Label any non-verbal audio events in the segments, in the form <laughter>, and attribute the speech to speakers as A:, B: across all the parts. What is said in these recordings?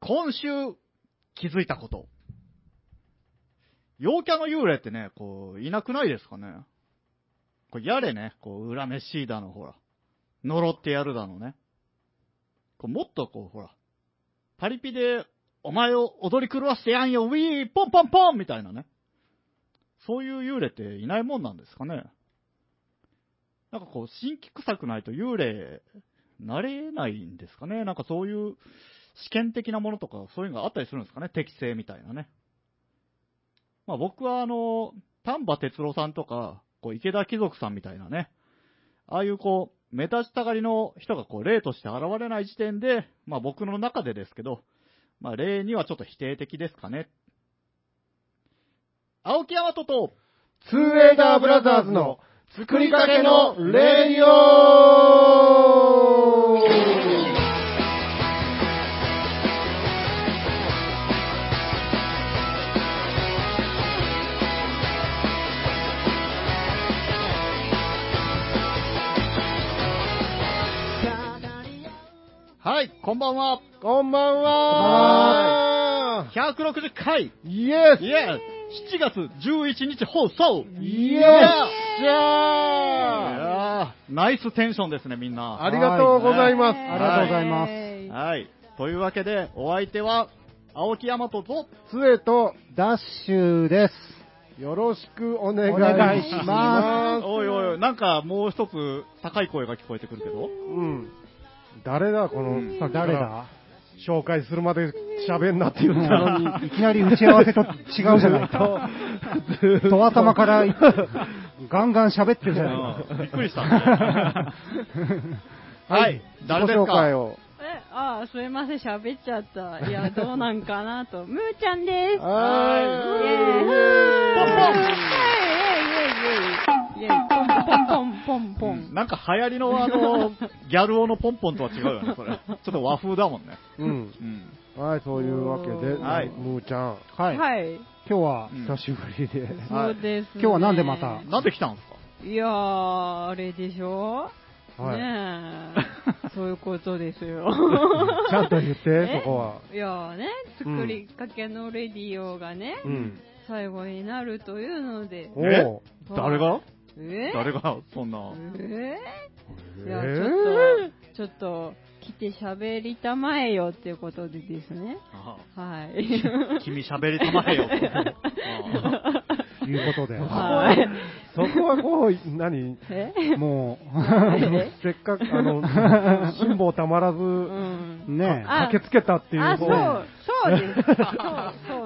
A: 今週気づいたこと。陽キャの幽霊ってね、こう、いなくないですかね。これやれね、こう、恨めしいだの、ほら。呪ってやるだのね。こうもっとこう、ほら。パリピで、お前を踊り狂わせてやんよ、ウィー、ポンポンポンみたいなね。そういう幽霊っていないもんなんですかね。なんかこう、新規臭くないと幽霊、なれないんですかね。なんかそういう、試験的なものとか、そういうのがあったりするんですかね。適性みたいなね。まあ僕はあの、丹波哲郎さんとか、こう池田貴族さんみたいなね、ああいうこう、目立ちたがりの人がこう例として現れない時点で、まあ僕の中でですけど、まあ例にはちょっと否定的ですかね。青木山とと、
B: ツーエイダーブラザーズの作りかけのレディオ
A: はい、こんばんは、
B: こんばんは
A: 160回、
B: イエス
A: イエス !7 月11日放送
B: イ
A: い
B: エス
A: や
B: じゃあ
A: ーナイステンションですね、みんな。
B: ありがとうございます。
A: りがとうござい
C: ます。
A: はい。というわけで、お相手は、青木大和と、
B: 杖と、
C: ダッシュです。
B: よろしくお願いし
C: お願いし
B: ま。
C: ます
A: おいおい、なんかもう一つ高い声が聞こえてくるけど。
B: うん。誰だ、この、
C: さあ、誰だ
B: 紹介するまで喋んなって言ったのに。
C: <laughs> いきなり打ち合わせと違うじゃな
B: <laughs>
C: いか。と頭からいガンガン喋ってるじゃない
A: うんびっくりしたね。
B: <laughs>
A: はい、誰です
B: 自己紹介
A: か
B: を。
D: え、ああ、すいません、喋っちゃった。いや、どうなんかなと。 <laughs> むーちゃんです。イェーイ
B: は
D: イェーイイェーイイェーイイェーイイェーイポンポンポンポンポン。
A: なんか流行りのあの、ギャル男のポンポンとは違うよね、それ。ちょっと和風だもんね。
B: い。うん。
A: うん。
B: はい、そういうわけで、
A: はい
B: むーちゃん。
C: か。はい。
D: はい。
C: 今日は
A: うん
C: 久しぶりで。
A: は
D: そ
A: いう
D: ですね。
C: 今日はなんでまた
A: なんで来たんですか
D: いやー、あれでしょ
B: はい
D: ね
C: <laughs>
D: え。そういうことですよ。
B: ちゃんと言って
D: え、
B: そこは。
D: いやーね、作りかけのレディオがね、
B: うん。
D: 最後になるというので。
B: お
A: え
B: お。
A: 誰が
D: え
A: 誰が、そんな。
D: え
B: え
D: ー、
B: ー
D: じゃあちょっと、ちょっと、来て喋りたまえよっていうことでですね。
A: あ
D: はい。
A: あ君喋りたまえよ。ああ
C: ということで。
D: はい。
B: そこはこう、何
D: え
C: も
B: <laughs> せっかく、あの、辛抱たまらず、
D: うん。
C: う、ねえ。
B: 駆けつけたっていう
D: あ、そう
B: 方ね、
D: そうです。そう、そ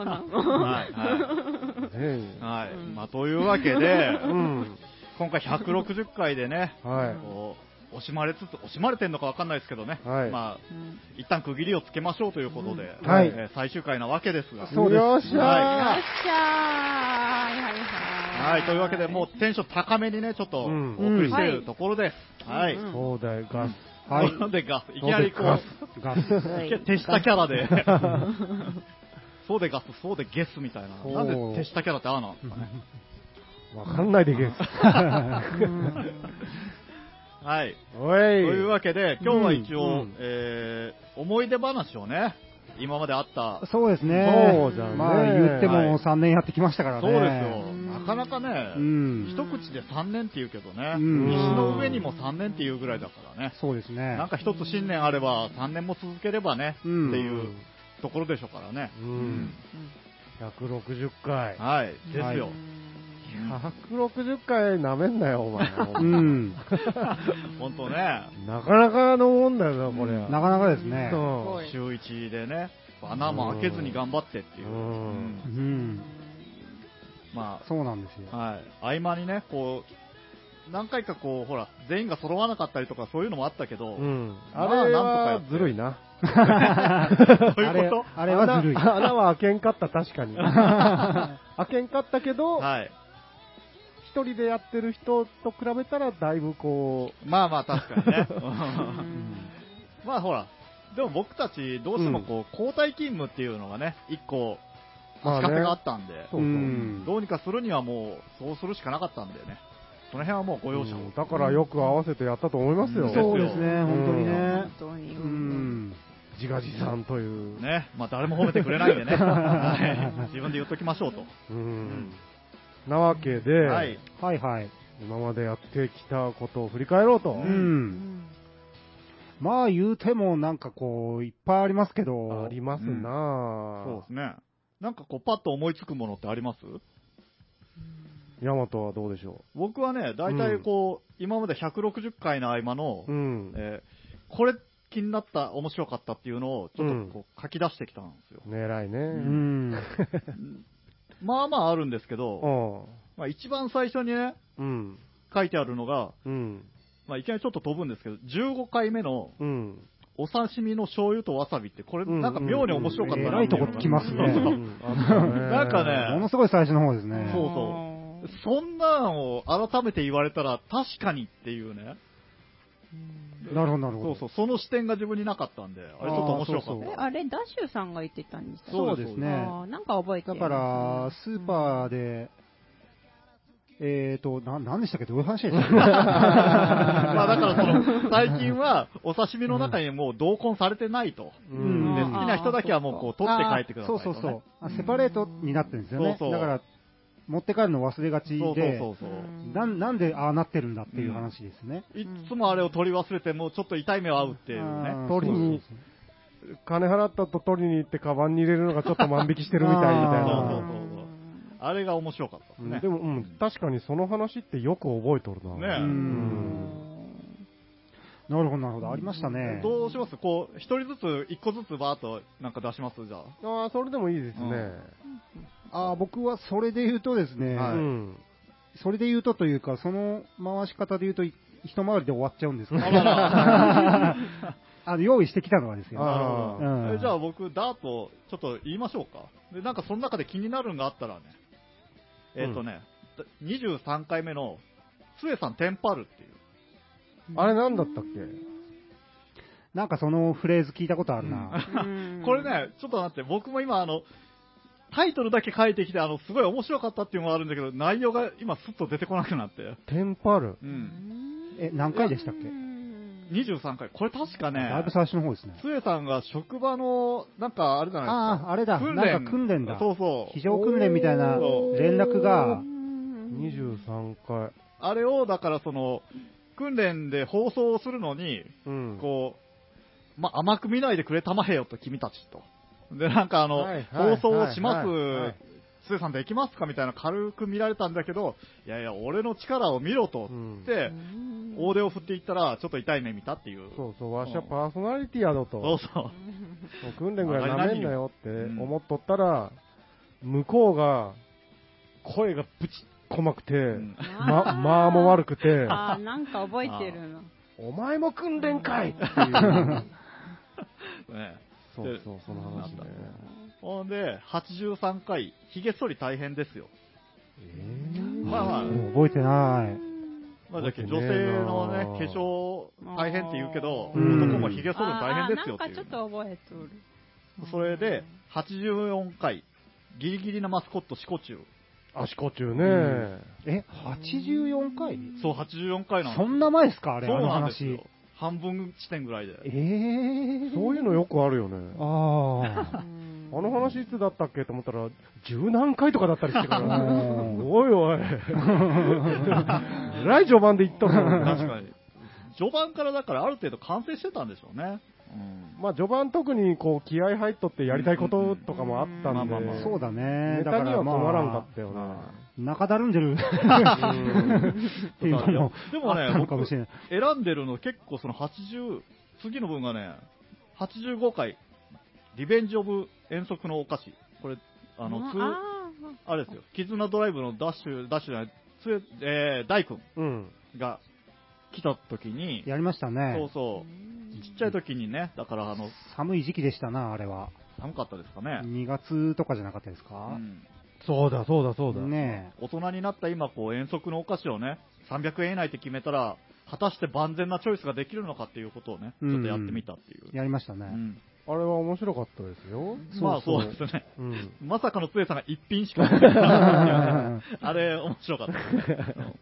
D: うなの。
A: はい、は
B: え
A: い。はい。
D: うん
A: まあ、というわけで、
B: うん。
A: 今回160回でね、
B: は
A: こう惜しまれつつ、惜しまれてんのかわかんないですけどね、
B: はい
A: まあ、
D: うん
A: 一旦区切りをつけましょうということで、
D: うん
C: はい
A: えー最終回なわけですが、
B: い。そうです。よっし
D: よ
B: ゃ
D: っしゃーはいはいはい。
A: はい、というわけで、もうテンション高めにね、ちょっとお
B: うん
A: 送りしているところです。はい。
D: う
B: ー
D: ん
B: そうだよ、ガス。
C: はい
A: と
C: <laughs>
A: ころでガス、いきなりこ
B: ガス
A: う、
C: ガス。
D: はい
A: いきなり手下キャラで、 <laughs> そうでガス、そうでゲスみたいな、
B: そう
A: なんで手下キャラってああなんですかね。
B: <laughs> わかんないでゲ
C: <laughs>
B: ス。
A: はい。
B: お
A: と
B: い。
A: いうわけで、今日は一応、
B: うんうん
A: えー思い出話をね、今まであった
C: そうですね。
B: そうだね
C: まあ言っても3年やってきましたから
A: そ
C: ね。
A: うですよ。
D: ん
A: なかなかね、
C: うん
A: 一口で3年って言うけどね、
C: うん
A: 石の上にも3年って言うぐらいだからね。
C: そうですね
A: なん。か一つ信念あれば3年も続ければね、
C: うん
A: っていうところでしょうからね。
B: うん。160回。
A: はい、ですよ。
B: 160回なめんなよ、お前。
C: うん。
A: 本当ね、
B: <laughs> なかなかのもんだよな、これは。
C: なかなかですね。
B: う
A: 週1でね、穴も開けずに頑張ってっていう。
B: う
A: うんん
C: うん。
A: ま
C: そうなんですよ。
A: あ、はい、合間にね、こう、何回かこう、ほら、全員が揃わなかったりとかそういうのもあったけど、
B: ん。
A: ま
B: あ
A: あ
B: れ
A: なん
B: は
A: とかやって
B: ずるいな。 <laughs>
A: どういうこと
C: あれあれはずるい。
B: 穴穴は開けんかった、確 <laughs> かに。開けんかったけど、
A: はい。
B: 一人でやってる人と比べたら、だいぶこ
A: まあまあ確かにね。 <laughs> うん
D: うん
A: まあほら、でも僕たちどうしてもこう、交代勤務っていうのがね、一個、
B: まあ
A: 仕掛
B: ね
A: けがあったんで、
B: そうそう
C: うん
A: どうにかするにはもう、そうするしかなかったんでね。その辺はもう
B: う、
A: ご容赦を。
B: うんだからよく合わせてやったと思いますよ。
A: ん
C: そうですね、
B: うん
C: 本当に
D: 本
C: ね。
D: 当に。
C: うん。
B: 自画自賛という。
A: ね、まあ誰も褒めてくれないんで
B: <laughs>
A: ね、はい自分で言っときましょうと。
B: うん。なわけで、
A: はい。
C: はいはい。
B: 今までやってきたことを振り返ろうと。
A: う
C: うん。まあ言うてもなんかこう、いっぱいありますけど。
B: ありますな
A: そう
B: ぁ
A: で。すね。なんかこう、パッと思いつくものってあります
B: ヤマトはどうでしょ
A: 僕はね、大体こう、今まで160回の合間の、
B: う。うん。ね
A: えーこれ気になった、面白かったっていうのを、ちょっとこう書き出してきたんで
B: <laughs>
A: すよ。
B: 偉いうね。
C: ん。
A: まあまああるんですけ
B: う
A: ど、
B: ん。
A: まあ、一番最初にね、
B: うん。
A: 書いてあるのが、
B: うん。
A: まあ、いきなりちょっと飛ぶんですけど、15回目の
B: うん。
A: お刺身の醤油とわさびって、これ、
B: うん
A: なんか妙に面白かった
C: え
A: な
C: らいとこ
A: って
C: 来
A: うの
C: ますね
A: そうそうな
B: なん
A: かね
C: ものすごい最初の方ですね。
A: そう
D: そ
A: <laughs> そんなんを改めて言われたら、確かにっていうね、
C: なるほど、なるほ
A: そ
C: ど。
A: うそう、その視点が自分になかったんで、あれちょっと面白か
B: あーそう
A: っ
D: え、あれ、ダッシュさんが言ってたんですか
A: そう
C: そうです
A: ね
C: ね。
D: あーなんか覚えて
C: だ
D: る
C: から、スーパー
D: で
C: で、えーと、な、なんでしたっけどういう話でしたっけ
A: た。 <laughs> まあだからそ
C: <laughs>
A: の、最近はお刺身の中にもう同梱されてないと。
B: う
C: うん
B: ん。
A: で
C: あ
A: 好
C: ー
A: きな人だけはもうこう取って帰ってください
C: そ
A: と、
C: う
A: ね。
C: そうそう。あ
D: うん
C: セパレートになってるんですよね。
A: そうそう
C: だから、持って帰るの忘れがちで、
A: そうそうそうそう。
C: なんなんでああなってるんだっていう話ですね。
A: いっつもあれを取り忘れて、もうちょっと痛い目を合うっていうね。
C: あー
B: 取りに
C: そうそう
B: 金払ったと取りに行って、カバンに入れるのがちょっと万引きしてるみたいみたい
A: そう
B: な
A: そう。あれが面白かったです
B: うん
A: ね。
B: でも、うん、確かにその話ってよく覚えとるな。
A: ねえ
C: う
B: うん。
C: そうなるほど、なるほど。ありましたね。
A: どうしますこう、一人ずつ、一個ずつバーっとなんか出しますじゃ
C: <laughs>
A: あ。
B: ああ、それでもいいですね。
C: あー僕はそれで言うとですね、
A: は
B: う
A: い
B: ん。
C: それで言うとというか、その回し方で言うと、い一回りで終わっちゃうんですけど、
A: あらら。
C: あの用意してきたのはですよ。
B: あ
A: なるほ
C: う
A: ど。
C: ん
A: えじゃあ僕、ダート、ちょっと言いましょうか。で、なんかその中で気になるのがあったらね。えっ、とね、23回目の、スエさんテンパるっていう。
B: あれなんだったっけ
C: なんかそのフレーズ聞いたことあるな。
A: <laughs> これ、ね、ちょっと待って、僕も今、あの、タイトルだけ書いてきて、あの、すごい面白かったっていうのもあるんだけど、内容が今、すっと出てこなくなって。
B: テンパる。
A: うん。
C: え、何回でしたっけ
D: け
A: 23回。これ確かね、
C: だいぶ最初の方ですね。
A: つえさんが職場の、なんかあれじゃないです
C: あ
A: か。
C: あ、あれだ。
A: 訓練
C: なんか訓練だ。
A: そうそう
C: 非。常訓練みたいな
A: そう
C: 連絡が、
B: 23回。
A: あれを、だからその、訓練で放送をするのに、
B: うん。
A: こう、まあ、甘く見ないでくれたまへよと、君たちと。で、なんかあの、
B: はいはい
A: 放送をします、
B: はいはい
A: つえさんできますかみたいな軽く見られたんだけど、いやいや、俺の力を見ろと、
B: うん
A: って、大手を振っていったら、ちょっと痛い目見たっていう。
B: そうそう、わしはパーソナリティやろ
A: そ
B: と。
A: う
B: も
A: そう
B: う訓練ぐらいなめんなよって
A: うん
B: 思っとったら、向こうが、声がぶちっこまくて、
A: うん
B: ま、まあも悪くて、
D: あーなんか覚えてるな。
B: お前も訓練かいっていう。
A: ね
B: そうそう、その話ね。
A: ほんで、83回、ひげ剃り大変ですよ。
B: え
A: まあまあ、
C: もう覚えてない。
A: まあ、だけど
B: だっ
A: 女
B: てね
A: 性のね、
B: な
A: 化粧大変って言うけど、
C: うん
A: 男もひげ剃るの大変ですよ
D: あー
A: ってい
D: なんかちょっ
A: う。
D: と覚えとる。
A: それで、84回、ギリギリなマスコット、シコチュウ。
B: ー、足こちゅうね。
C: え、84回
A: そう、84回なんです
C: そんな前ですかあれ、
A: そ
C: あ
A: う
C: の
A: なんです
C: 話
A: よ。。半分地点ぐらいで。
C: えー。
B: そういうのよくあるよね。
C: ああ。 <laughs>
D: うん
B: あの話いつだったっけと思ったら、十何回とかだったりしてから、
C: うん
B: おい <laughs> おい、えらい序盤で言ったもん。
A: 確かに。序盤からだからある程度完成してたんでしょうね。うん
B: まあ、序盤特にこう気合入っとってやりたいこととかもあったんで、
A: うんうんうんまあまあまあ
C: そうだね。
B: ネ
C: だ
B: タ
C: か
B: に
C: ら
B: は
C: まあ
B: 困らんかったよね。
C: 中だるんでるっていうのも
A: でもね
C: あったのかもしれない。
A: 選んでるの結構その80、次の分がね、85回、リベンジ・オブ・遠足のお菓子。これ、あの、
D: あ
A: つあれですよ、絆ドライブのダッシュ、ダッシュじゃない、つえー、大君
B: <laughs> うん。
A: が来た時に、
C: やりました
A: そう
C: ね。
D: ー
A: そう、ちっちゃい時にね、だからあの、
C: 寒い時期でしたな、あれは。
A: 寒かったですかね。
C: 2月とかじゃなかったです
A: う
C: か
A: ん
B: そうだ、そうだ、そうだ。
C: ね
A: 大人になった今、こう、遠足のお菓子をね、300円以内って決めたら、果たして万全なチョイスができるのかっていうことをね、ちょっとやってみたっていう。
C: え。やりました
A: う
C: ね。
A: ん
B: あれは面白かったですよ。
A: まあそうです <laughs> ね。
B: うん。
A: まさかのつえさんが一品しか買ってない <laughs> あれ、面白かったね。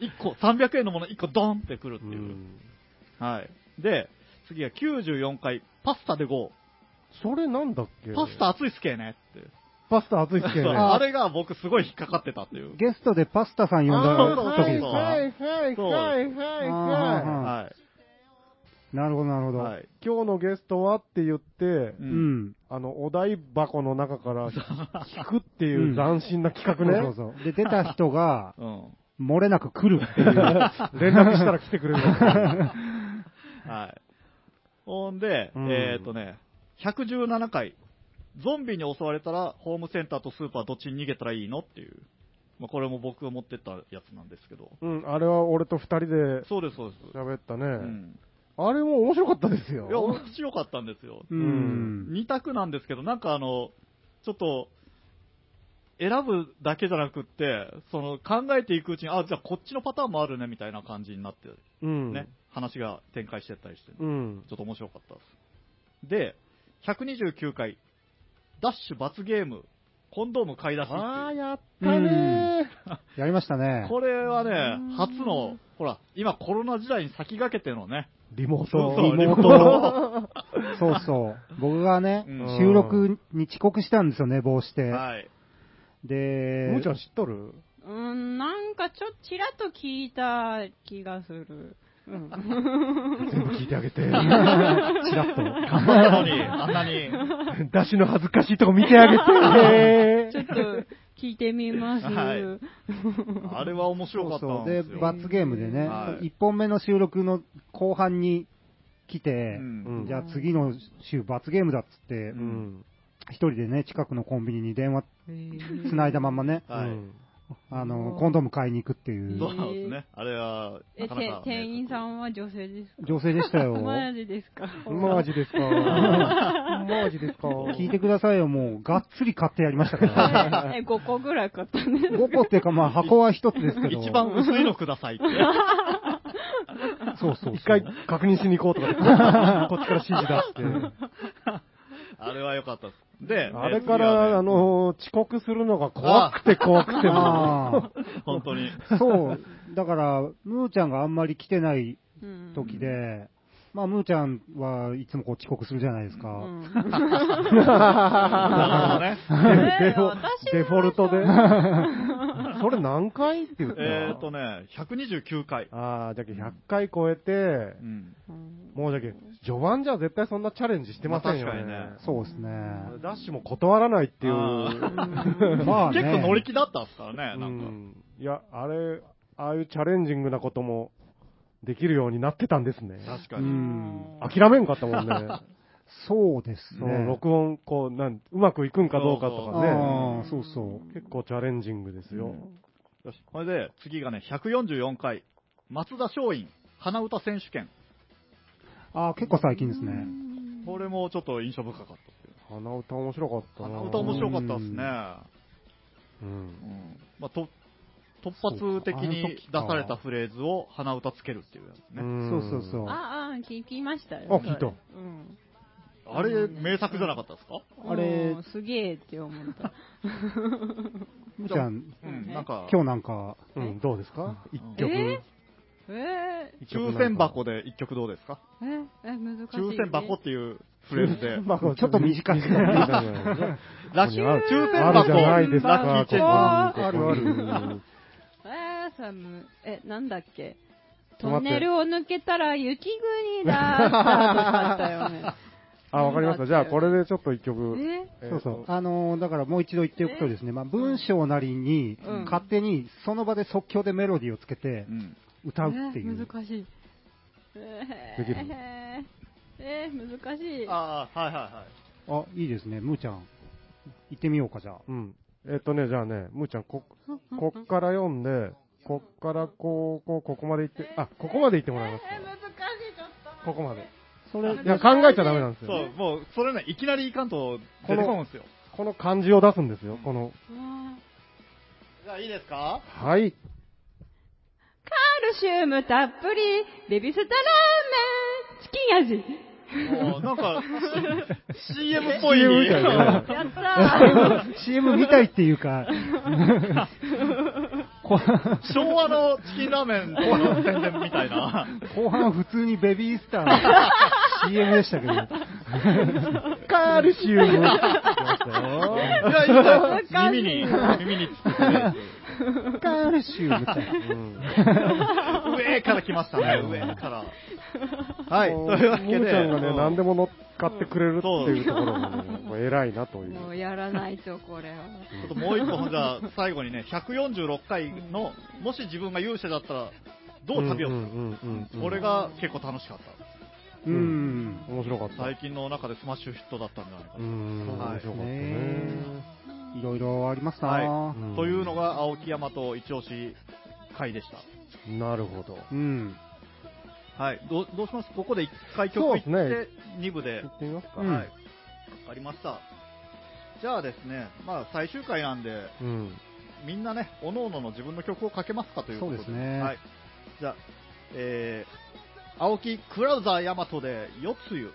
A: 一個、300円のもの1個ドンってくるって
B: う
A: いう。
B: ん
A: はい。で、次は94回、パスタでゴ
B: それなんだっけ
A: ー。パスタ熱いっすけねって。
C: パスタ熱いっすけどね。
A: あれが僕すごい引っかかってたっていう。
C: ゲストでパスタさん呼んだ
A: あー
C: 時です
A: は
C: か
B: はいはい
A: そう
B: はいはい
C: あ
B: は
A: は
C: なるほど、なるほ
A: い。
C: ど。
A: はい。
B: い。今日のゲストはって言って
A: う、。
C: うんん。
B: あの、お台箱の中から聞くっていう斬新な企
C: そ
B: 画
C: う
B: ね。
C: そうそう。で、出た人が、
A: うん。
C: 漏れなく来るっていう。
B: 連絡したら <laughs> 来てくれ <laughs> る。
A: はい。ほんで、
B: うん
A: えっ、とね、117回、ゾンビに襲われたら、ホームセンターとスーパーどっちに逃げたらいいのっていう、まあ、これも僕が持ってったやつなんですけど、
B: うん、あれは俺と二人で
A: そうです、そうです。
B: 喋ったね。
A: うん、
B: あれも面白かったです
A: いや、
B: よ。
A: 面白かったんですよ。
C: うん。
A: 2択なんですけど、なんかあの、ちょっと、選ぶだけじゃなくって、その考えていくうちに、あ、じゃあこっちのパターンもあるねみたいな感じになって、ね、
B: うん。
A: 話が展開してったりして、
B: うん。
A: ちょっと面白かったです。で、129回、ダッシュ罰ゲーム、コンドーム買い出しっていう
B: ああ、やったね
C: やりましたね。
A: これはね
D: うん、
A: 初の、ほら、今コロナ時代に先駆けてのね、
B: ー。リモー
A: そう
B: ト。
A: そう、リモー
C: ト
A: ト。
C: <laughs> そうそう。僕がね
A: う、
B: ん
C: 収録に遅刻したんですよ、寝坊して。
A: はい。
C: で、
B: むーちゃん知っとる
D: うん、なんかちょっとちらっと聞いた気がする。
A: <laughs>
D: うん。
B: 全部聞いてあ <laughs> げて。
C: チラッと。
A: 頑張ったの
B: <laughs>
A: に、あんなに。
B: 出しの恥ずかしいとこ見てあげ。
D: ちょってと聞いてみます。
A: はいあれは面白か
C: そ
A: ったん
C: うそう。
A: で
C: です
A: よ。、
C: 罰ゲームでね、
A: はい
C: 1本目の収録の後半に来
A: う
C: て、
A: ん
C: じゃあ次の週罰ゲームだっつって
B: う、
A: ん
B: ん。
C: 一人でね、近くのコンビニに電話
D: つ
C: 繋いだまんまね、
A: はい
B: うん
C: あ
D: う
C: の、
D: ん
C: コンドーム買いに行くっていう
A: そうなんですね。あれは、
D: え、
A: なかなかね
D: て店員さんは女性です
C: 女性でした
A: <laughs>
C: よ
D: か。マジですか
B: マジですか。マジですか。
C: 聞いてくださいよ、もう、がっつり買ってやりまし
A: <laughs>
C: たから。
D: え、5個ぐらい買ったね。
C: 5個っていうか、まあ、箱は1つですけど。
A: 一番薄いのくだ
B: <laughs>
A: さいって。
C: そうそうそう。
B: 一回確認しに行こうとか、 <laughs> こっちから指示出して。
A: あれは良かったです。で、
B: あれ
A: えー
B: か
A: 次はね
B: ら、あの、遅刻するのが怖くて怖くても <laughs>
C: あ
A: 本当に。
C: あ、そう。だから、ムーちゃんがあんまり来てない
D: うん
C: 時で、まあ、ムーちゃんはいつもこう遅刻するじゃないですか。
D: うん
A: なるほ <laughs> どね。
B: <laughs> デフォ
D: 私も
B: デフォルトで。それ何回って言った
A: えっ、とね、129回。
B: ああ、じゃけ100回超えて
A: う、ん。
D: うん
B: もうじゃけ、序盤じゃ絶対そんなチャレンジしてませんよね。
A: まあ確
C: そうですね。
B: ダッシュも断らない
A: <laughs>
B: っていう。
A: あ
C: まあね
A: 結構乗り気だったっすからね、
B: う
A: なんか。
B: ん、いや、あれ、ああいうチャレンジングなこともできるようになってたんですね。
A: 確か
C: う
A: に。
C: ん。
B: 諦めんかったもんね。
A: <laughs>
C: そうです
B: その
C: ね。
B: 録音、こう、なん、うまくいくんかどうかとかね。
C: ああ、そうそう。
B: 結構チャレンジングですよ。
A: よし、これで、次がね、144回。松田松陰、鼻歌選手権。
C: ああ、結構最近ですね。
A: これもちょっと印象深かったっすよ。
B: 鼻歌面白かったな。
A: 鼻歌面白かったっすね。
B: うん。
A: うん。まあ、と、突発的に出されたフレーズを鼻歌つけるっていうやつね。
C: そうそうそう。あ
D: ああ、聞きましたよ。
B: あ聞いた
D: うん。
A: あれ、名作じゃなかったですか
C: あれ
D: うんすげえって思った。
C: むーちゃん、
A: うん、なんか、
C: 今日なんか、
B: う。うん、どうですか一曲。
D: ええ
B: 一曲な
A: 抽
B: んか
A: 選。箱で一曲どうですか
D: ー、ええ、難しいね。
A: 抽選箱っていうフレー
B: <laughs>
A: ズで、
B: 箱
C: ちょっ
A: <laughs>
C: と短い
B: い。短い
A: ラッキー
B: ある
A: 抽選
B: ある
A: 箱、
B: じゃないです
A: ラッ
B: か、
A: キーチェッ
B: こ
C: あ
B: こに
C: あるある
D: えー、さむ、え、なんだっけ
B: ちょっと
D: ト
B: 待って
D: ンネルを抜けたら雪国だーからとかあったよね。
B: あ、わかりました。じゃあ、これでちょっと一曲。
D: え
B: えー
C: そう
B: と
C: そう。あのーだからもう一度言っておくとですね、まあ、文章なりに
D: うん、
C: 勝手にその場で即興でメロディーをつけて
A: トうん
C: 歌うっていう。
D: えー難しい。え
B: できる
D: ー、えー、難しい。
A: ああ、はいはいはい。
C: あ、いいですね、むーちゃん。行ってみようか、じゃあ。
B: うん。えっ、とね、じゃあね、むーちゃん、こ、こっから読んで、こっからこう、こう、ここまで行って、あ、ここまで行ってもらいます
D: えー、難しい、ちょっと待って。
B: ここまで。
C: それ
B: いや、考えちゃダメなんです
A: そ
B: よ、
A: う、もう、それね、いきなりいかんと出てこんすよ。
B: この漢字を出すんですよ、この。
D: うん
A: じゃあ、いいですか
B: はい。
D: カルシウムたっぷり、ベビースタラーメン、チキン味。
A: もう、なん <laughs> か、CM っぽい。
B: CM みたいな
D: や
C: <laughs>
D: ったー
C: CM 見たいっていうか、こ
A: 昭和のチキンラーメンの宣伝みたいな。 <laughs>
C: 後半普通にベビースターの CM でしたけど、
B: カルシウ <laughs> ム。
A: 耳に、耳につく <laughs> ね。
C: カルシウムちゃん。
B: うん
A: 上から来ましたね、上から。はい、
B: も
A: <laughs> というわけで。
B: むーちゃんが
A: う
B: ね、
A: ん
B: 何でも乗っかってくれるっていう <laughs> ところもね、もう偉いなという。
D: もうやらないと、これは。
A: ちょっともう一個、じゃあ最後にね、146回の、もし自分が勇者だったら、どう旅をする、
B: る
A: これが結構楽しかった。
C: うん。
B: 面白かった。
A: 最近の中でスマッシュヒットだったんじゃないか
B: う
A: な。
B: ん、
A: はい
B: 面白かった
C: ね
B: ね。
C: いろいろありますな、
A: は
B: うん
A: というのが青木大和一押し会でし
B: なるほど。
C: うん。
A: た。はい。どうどうしますここで一回曲
B: そ
A: 行
B: うで
A: っ
B: すね
A: て、2部で
B: 行。ってみますか。
C: うん
A: はい。わかりました。じゃあですね、まあ最終回なんで、
B: うん。
A: みんなね、おののの自分の曲をかけますかということで。
C: そうですね
A: はい。じゃあ、えー、青木クラウザー大和で、よつゆ。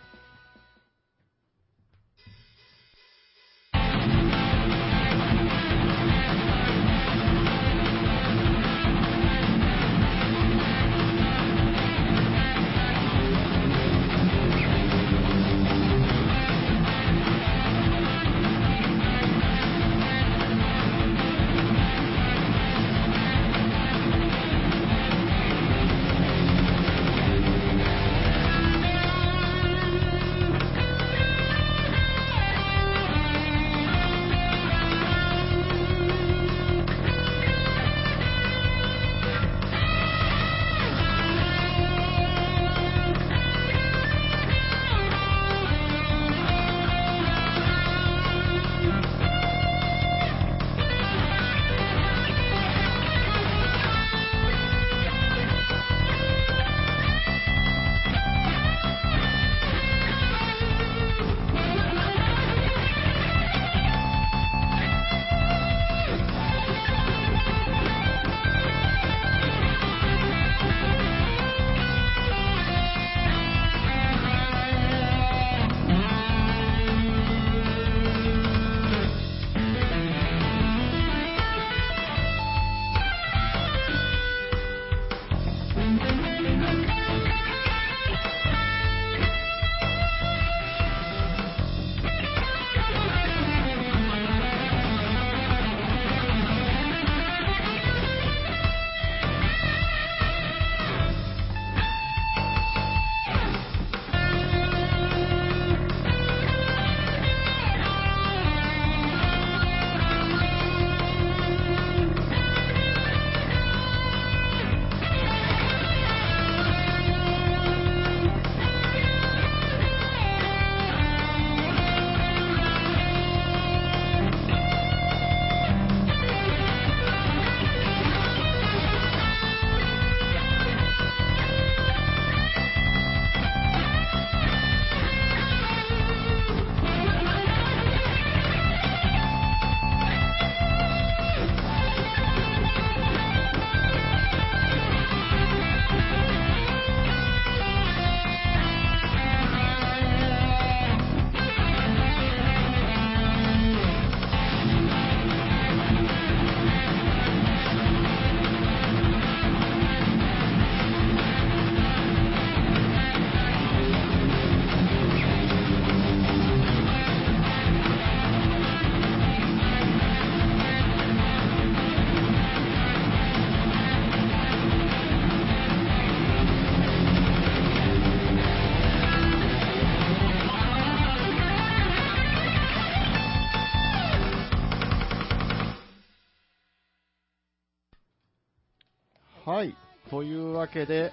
A: はい。というわけで、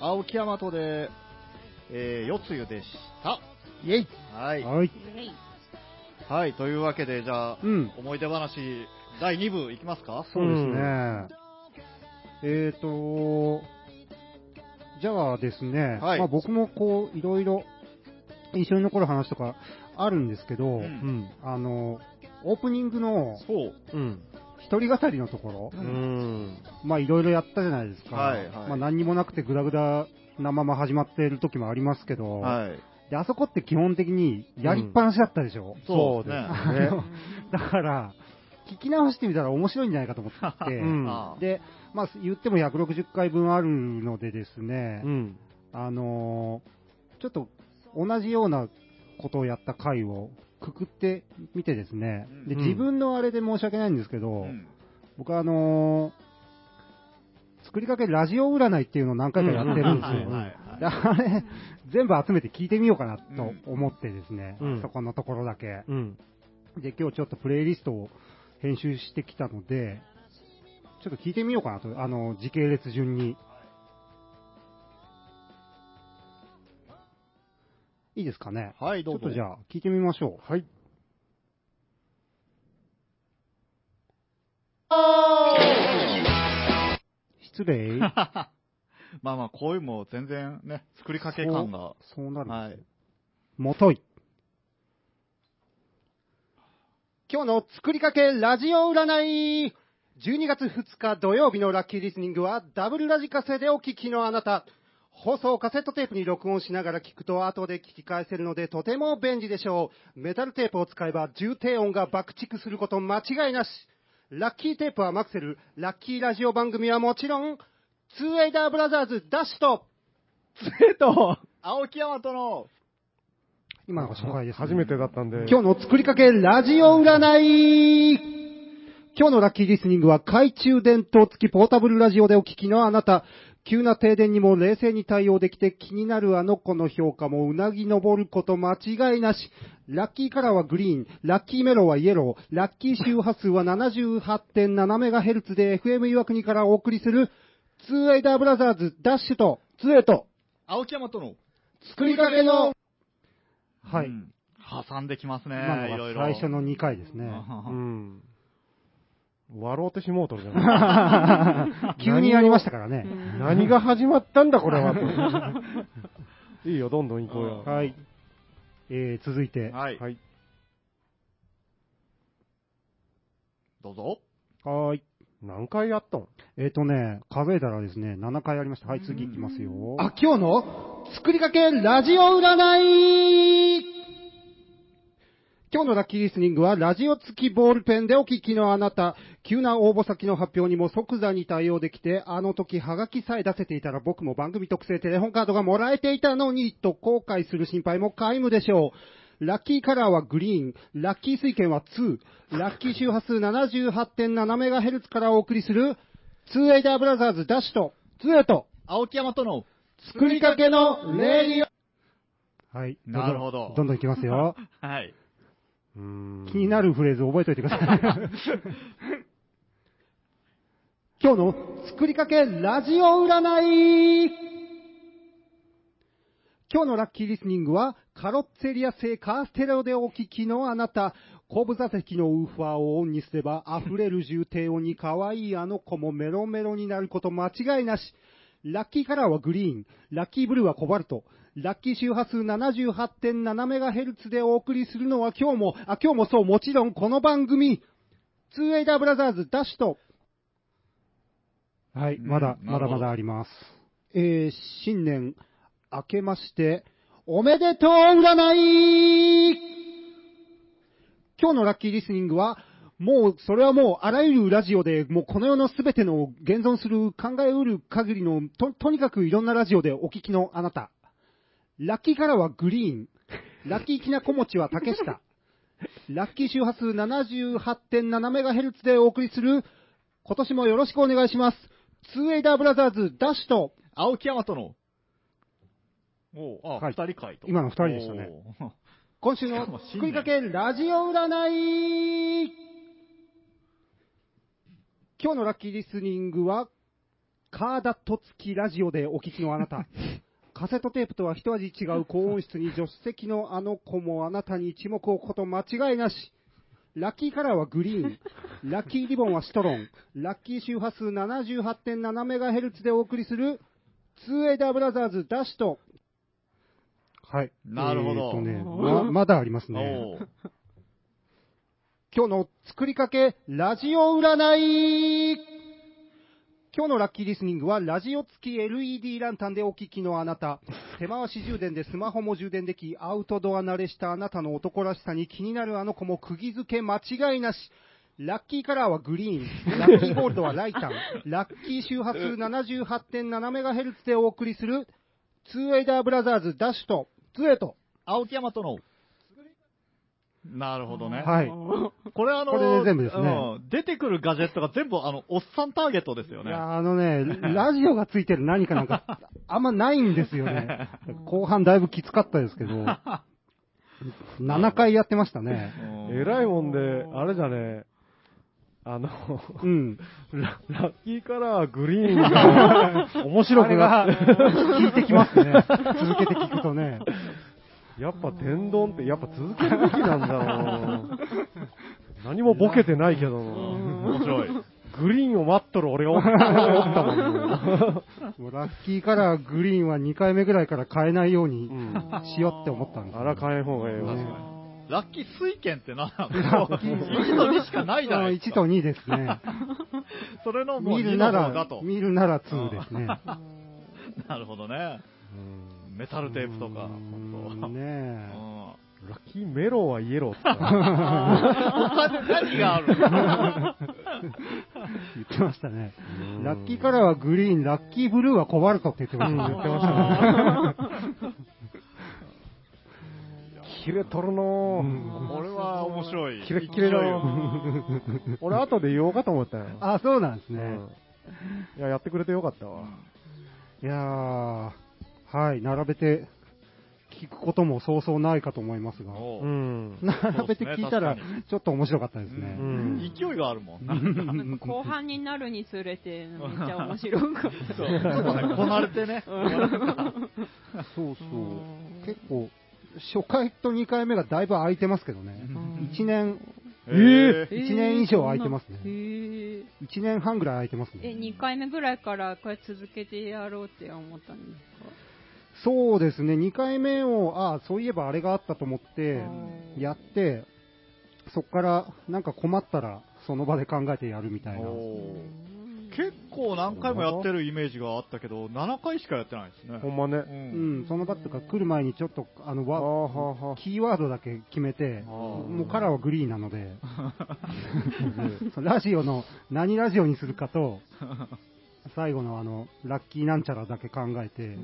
A: 青木大和で、えー、よつゆでした。
C: イェイ
A: はい。
C: はい。
A: はい。というわけで、じゃあ、
C: うん。
A: 思い出話、第2部いきますか
C: そうですね。
B: う
C: えっ、と、じゃあですね、
A: はい
C: まあ僕もこう、いろいろ印象に残る話とかあるんですけど、
A: う
B: うんん。
C: あの、オープニングの
A: そう。
B: うん。
C: 一人語りのところ、
B: うん。
C: まあいろいろやったじゃないですか。
A: はいはい
C: まあ何にもなくてグダグダなまま始まっている時もありますけど、
A: はい。
C: で、あそこって基本的にやりっぱなしだったでしょ、
A: そ
B: そうう
A: で
B: ですす
A: ね
B: ね。
C: だから、聞き直してみたら面白いんじゃないかと思って、
B: うん
A: あー
C: で、まあ、言っても160回分あるのでですね、
B: うん。
C: あのーちょっと同じようなことをやった回をくくってみてですね、で
B: うん
C: 自分のあれで申し訳ないんですけど、
A: うん
C: 僕はあのー作りかけラジオ占いっていうのを何回かやってるんですよ。
B: うんはい
C: であれ、全部集めて聞いてみようかなと思ってですね、
B: うん
C: そこのところだけ。
B: うん。
C: で、今日ちょっとプレイリストを編集してきたので、ちょっと聞いてみようかなと、あの、時系列順に。いいですかね。
A: はい、
C: ち
A: ど
C: ょ
A: う
C: っ
A: ぞ。
C: とじ
A: あ。
C: ゃあ、聞いてみましょう。はい。
B: <laughs>
C: 失礼。
A: まあまあ、こういうも全然ね、作りかけ感が。
C: そうなる。
A: はい。
C: もとい。今日の作りかけラジオ占い !12 月2日土曜日のラッキーリスニングはダブルラジカセでお聞きのあなた。放送をカセットテープに録音しながら聞くと後で聞き返せるのでとても便利でしょう。メタルテープを使えば重低音が爆竹すること間違いなし。ラッキーテープはマクセル、ラッキーラジオ番組はもちろん、ツーエイダーブラザーズダッシュと、
A: えっと、青木山との、
C: 今のが紹介です、
B: 初めてだったんで。
C: 今日の作りかけラジオ占い今日のラッキーリスニングは懐中電灯付きポータブルラジオでお聞きのあなた。急な停電にも冷静に対応できて気になるあの子の評価もうなぎ登ること間違いなし。ラッキーカラーはグリーン、ラッキーメロはイエロー、ラッキー周波数は 78.7MHz で FM 岩国からお送りする、ツーエイダーブラザーズダッシュと、ツーエイと、
A: 青木山との、
C: 作りかけの、は
A: う
C: い。
A: ん挟んできますね、
C: 今の
A: いろ
C: が
A: いろ。
C: 最初の2回です
B: う
C: ね。
A: ね。
B: ん。笑うてしもうとるじゃない。 <laughs>
C: 急にやりましたからね。
B: 何が始まったんだ、これは。いいよ、どんどん行こうよ。
C: はい。えー、続いて。
A: はい。
B: はい。
A: どうぞ。
C: はい。
B: 何回やったん
C: えっ、とね、数えたらですね、7回やりました。はい、次いきますよ。
E: あ、今日の作りかけラジオ占い
C: 今日のラッキーリスニングは、ラジオ付きボールペンでお聞きのあなた。急な応募先の発表にも即座に対応できて、あの時ハガキさえ出せていたら僕も番組特製テレホンカードがもらえていたのに、と後悔する心配も皆無でしょう。ラッキーカラーはグリーン、ラッキー水券は2、ラッキー周波数 78.7MHz からお送りする、ツーエイダーブラザーズダッシュと、ツーエと、
A: 青木山との、
C: 作りかけのレディオはい。んん
A: なるほど
C: どんどんいきますよ。 <laughs>
A: はい。
B: うーん
C: 気になるフレーズ覚えておいてください。 <laughs> 今日の作りかけラジオ占い今日のラッキーリスニングは、カロッツェリア製カーステレオでお聞きのあなた、後部座席のウーファーをオンにすれば、溢れる重低音に可愛いあの子もメロメロになること間違いなし。ラッキーカラーはグリーン、ラッキーブルーはコバルト、ラッキー周波数 78.7MHz でお送りするのは今日も、あ、今日もそう、もちろんこの番組、ツーエイダーブラザーズダッシュと、はい、
A: うん
C: まだ、
A: なる
C: まだ
A: ほど
C: まだあります。えー、新年明けまして、おめでとう占い今日のラッキーリスニングは、もう、それはもう、あらゆるラジオで、もうこの世のすべての現存する、考えうる限りの、と、とにかくいろんなラジオでお聞きのあなた。ラッキーカラーはグリーン。ラッキーきなこ餅は竹下。ラッキー周波数 78.7MHz でお送りする、今年もよろしくお願いします。ツーエイダーブラザーズダッシュと、
A: 青木山との、おうあ、
C: は
A: 二
C: い
A: 人会と。
C: 今の二人でしたね
A: おう。
C: 今週の作りかけラジオ占い今日のラッキーリスニングは、カーダット付きラジオでお聞きのあなた。カセットテープとは一味違う高音質に助手席のあの子もあなたに一目置くこと間違いなし。ラッキーカラーはグリーン。ラッキーリボンはシトロン。ラッキー周波数 78.7MHz でお送りする、ツーエイダーブラザーズダッシュと。はい。
A: なるほど
C: えーと
A: <laughs>
C: ね、ままだありますね。
A: おう
C: 今日の作りかけラジオ占い今日のラッキーリスニングはラジオ付き LED ランタンでお聞きのあなた。手回し充電でスマホも充電でき、アウトドア慣れしたあなたの男らしさに気になるあの子も釘付け間違いなし。ラッキーカラーはグリーン、ラッキーゴールドはライタン、ラッキー周波数 78.7MHz でお送りする、ツーエイダーブラザーズダッシュと、ツーエイと、
A: 青木山との、なるほどね。
B: はい。
A: これあの、
C: これで全部ですね
A: うん出てくるガジェットが全部あの、おっさんターゲットですよ
C: い
A: ね。
C: や、あのね、ラジオがついてる何かな
A: <laughs>
C: んか、あんまないんですよね。後半だいぶきつかったです
A: <laughs>
C: けど、7回やってましたね。
B: えらいもんで、あれじゃね、あの、 <laughs>
C: うん。
B: ララッキーカラー、グリーン
A: <laughs>
B: が面白くなって、
C: 聞いてきますね。続けて聞くとね。
B: やっぱ天丼ってやっぱ続けるべきなんだろうな何もボケてないけどな
A: 面白い。
B: グリーンを待っとる俺がおった
A: <laughs>
B: もんね
C: もうラッキーカラーグリーンは2回目ぐらいから変えないよう
B: う
C: に
B: ん。
C: しようって思ったんですよ
B: あら変えん方がええわ。
A: ラッキー水券って何なの ?1 と2しかないじゃないです
C: 1
A: か
C: と。2ですね。
A: それ <laughs> のもう
C: 見
A: 2
C: る
A: の
C: な
A: 方だ
C: ら
A: と、。
C: 見るなら2です
A: <laughs>
C: ね。
A: なるほどね。メタルテープとか、
C: う
A: 本
C: ん
A: 当。
C: ねえ。
B: ラッキーメロンはイエローって言っ
A: 他に何があるの
C: 言ってましたね。
B: うん
C: ラッキーカラーはグリーン、ラッキーブルーはコバルトって言ってまし
B: うん
C: たね。
B: 言ってましたねた。キレとるの
A: これは面白い。
B: キレッキレだよ
A: 面白い。
B: ー俺後で言おうかと思ったよ。
C: あ、そうなんです
B: う
C: ね。
B: んいや、やってくれてよかったわ。
C: いやー、はい、並べて聞くこともそうそうないかと思いますが、
A: おう
B: うん。
C: 並べて聞いた
A: そうで
C: ら
A: すね
C: ちょっと面白かったです
A: う
C: ね。
A: ん
B: うん
A: 勢いがあるもん。
D: なんか後半になるにつれて、めっちゃ面白く。
A: そうちょっとね、こなれてね。
C: そうそう。結構、初回と2回目がだいぶ空いてますけどね。1年、
A: えー
C: 一年以上空いてますね
D: へー
C: 1年半ぐらい空いてます
D: え、
C: ね。
D: 2回目ぐらいからこれ続けてやろうって思ったんですか
C: そうですね、2回目を、ああ、そういえばあれがあったと思って、やって、そこからなんか困ったら、その場で考えてやるみたいな。
A: おう結構何回もやってるイメージがあったけど、7回しかやってないですね。
B: ほんまね。
A: う
C: うんん、その場っていうか来る前にちょっと、あの、わ
B: あーはーはー
C: キーワードだけ決めて、
A: あー
C: もうカラーはグリーンなので、そのラジオの、何ラジオにするかと、最後のあの、ラッキーなんちゃらだけ考えて、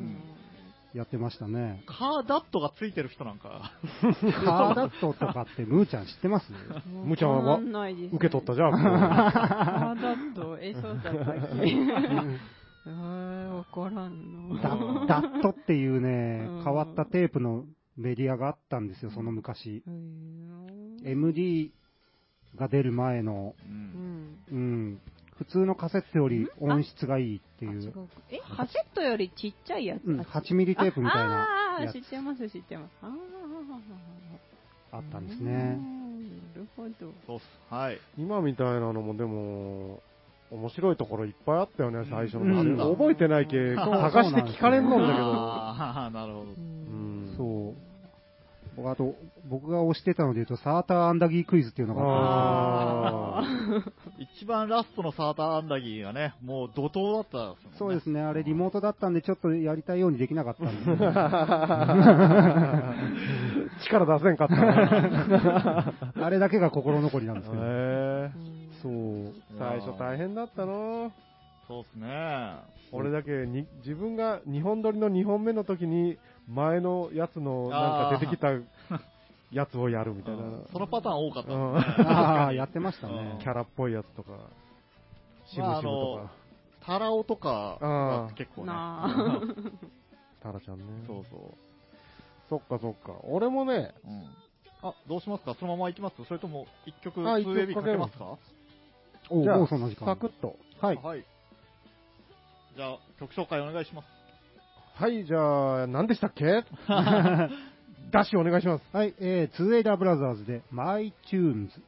C: やってましたね。
A: カーダットがついてる人なんか。
C: カーダットとかって、ムーちゃん知ってます
B: むちゃんは受け取ったじゃん。 <laughs> こ
D: ああ、だと、え、そうだったっけ <laughs> えー、わからん <laughs> の。
C: ダダットっていうね
D: うん、
C: 変わったテープのメディアがあったんですよ、その昔。
D: へー
C: MD が出る前の、
D: うん。
C: うん、普通のカセットより音質がいいって
D: あ
C: い
D: 違
C: う、
D: うえ、カセットよりちっちゃいやつ、
C: うん、8ミリテープみたい
D: あ
C: な
D: あー、
C: やつ
D: 知ってます、知ってます。あ
C: あっ
D: あ
C: たんです
D: な
C: ね。
D: るほど。
A: そうっす。はい。
B: 今みたいなのもでも、面白いところいっぱいあったよね、最初の。
C: うん
B: あれ覚えてないけ、
C: そう
B: 探して聞かれんもんだけど。
A: ああ、なるほど。
B: うん
C: そう。僕あと、僕が推してたので言うと、サーターアンダギークイズっていうのがあっ
B: あ
A: 一番ラストのサーターアンダギーがね、もう怒涛だった。
C: た。そうですすね、あれリモートだったんで、ちょっとやりたいようにできなかったんで、
B: ー <laughs> 力出せんかった
A: <laughs>
B: ね。 <laughs>
C: あれだけが心残りなんですけど。
B: へー
C: そう。
B: 最初大変だったの
A: そうですね。
B: 俺だけに自分が2本撮りの2本目の時に前のやつのなんか出てきたやつをやるみたいな
A: うんそのパターン多かったですね
B: うん
C: ああ、やってました
A: うん
C: ね
B: キ。ャラっぽいやつとかしぶしぶ
A: まああ
B: と
A: のタラオとか
B: あー
A: 結構ね。
D: なあ。
B: かタラちゃんね
A: そうそう。
B: そっかそっか俺もね
A: うんあ、どうしますかそのまま行きますそれとも一曲、
B: あ
A: 2
B: 一曲
A: a b かけますか
C: おう
B: じゃあ
C: もうそんな時間
B: サ。クッと
C: はい。
A: はい。じゃあ、曲紹介お願いします。
B: はいじゃあ何でしたっ
A: <laughs>
B: けダッシュお願いします
C: はい、えー、ツーエイダーブラザーズで、マイチューンズ。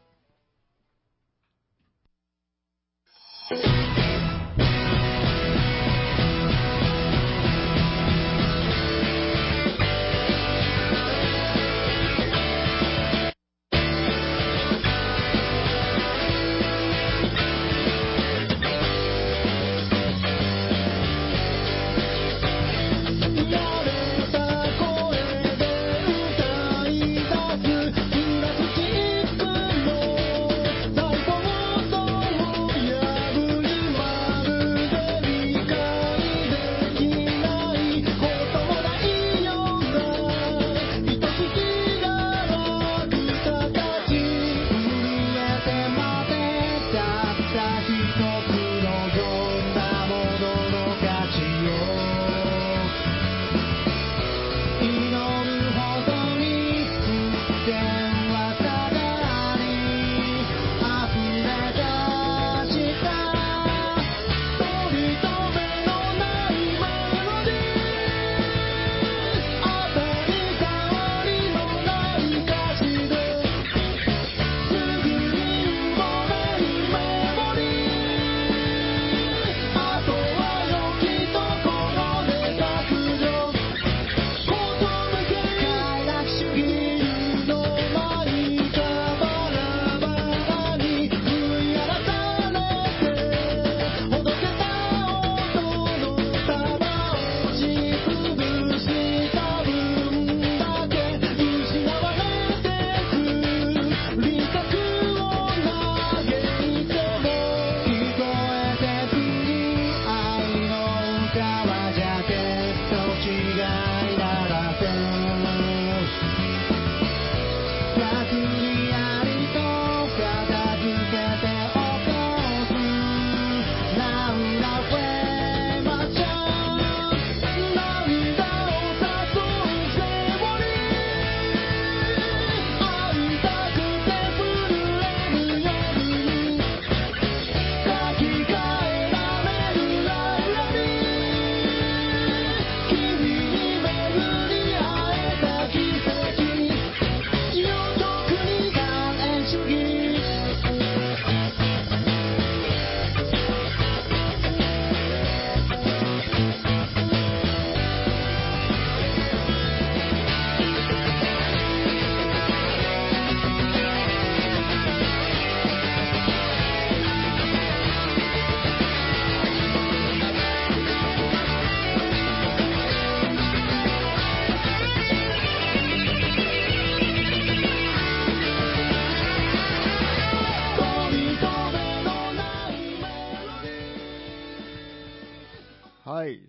E: 「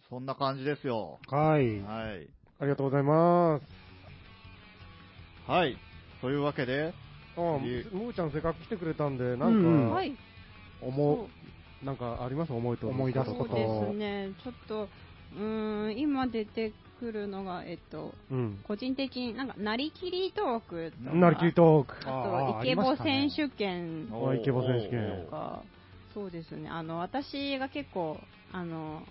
A: そんな感じですよ。
C: はい。
A: はい。
B: ありがとうございます。
A: はい。というわけで、
B: ああ、む
A: いえ
B: むーちゃんせっかく来てくれたんで、なんか、
C: うん
D: はい。
B: 思う、なんかあります思いと
C: 思い出
D: そ
C: す
D: う
C: こと
D: ですね。ちょっと、うーん、今出てくるのが、えっと、
B: うん。
D: 個人的になんか、なりきりトークとか。
B: なりきりトーク。
D: あと、イケボ選手権
B: おイケボ選手権
D: とか、そうですね。あの、私が結構、あの、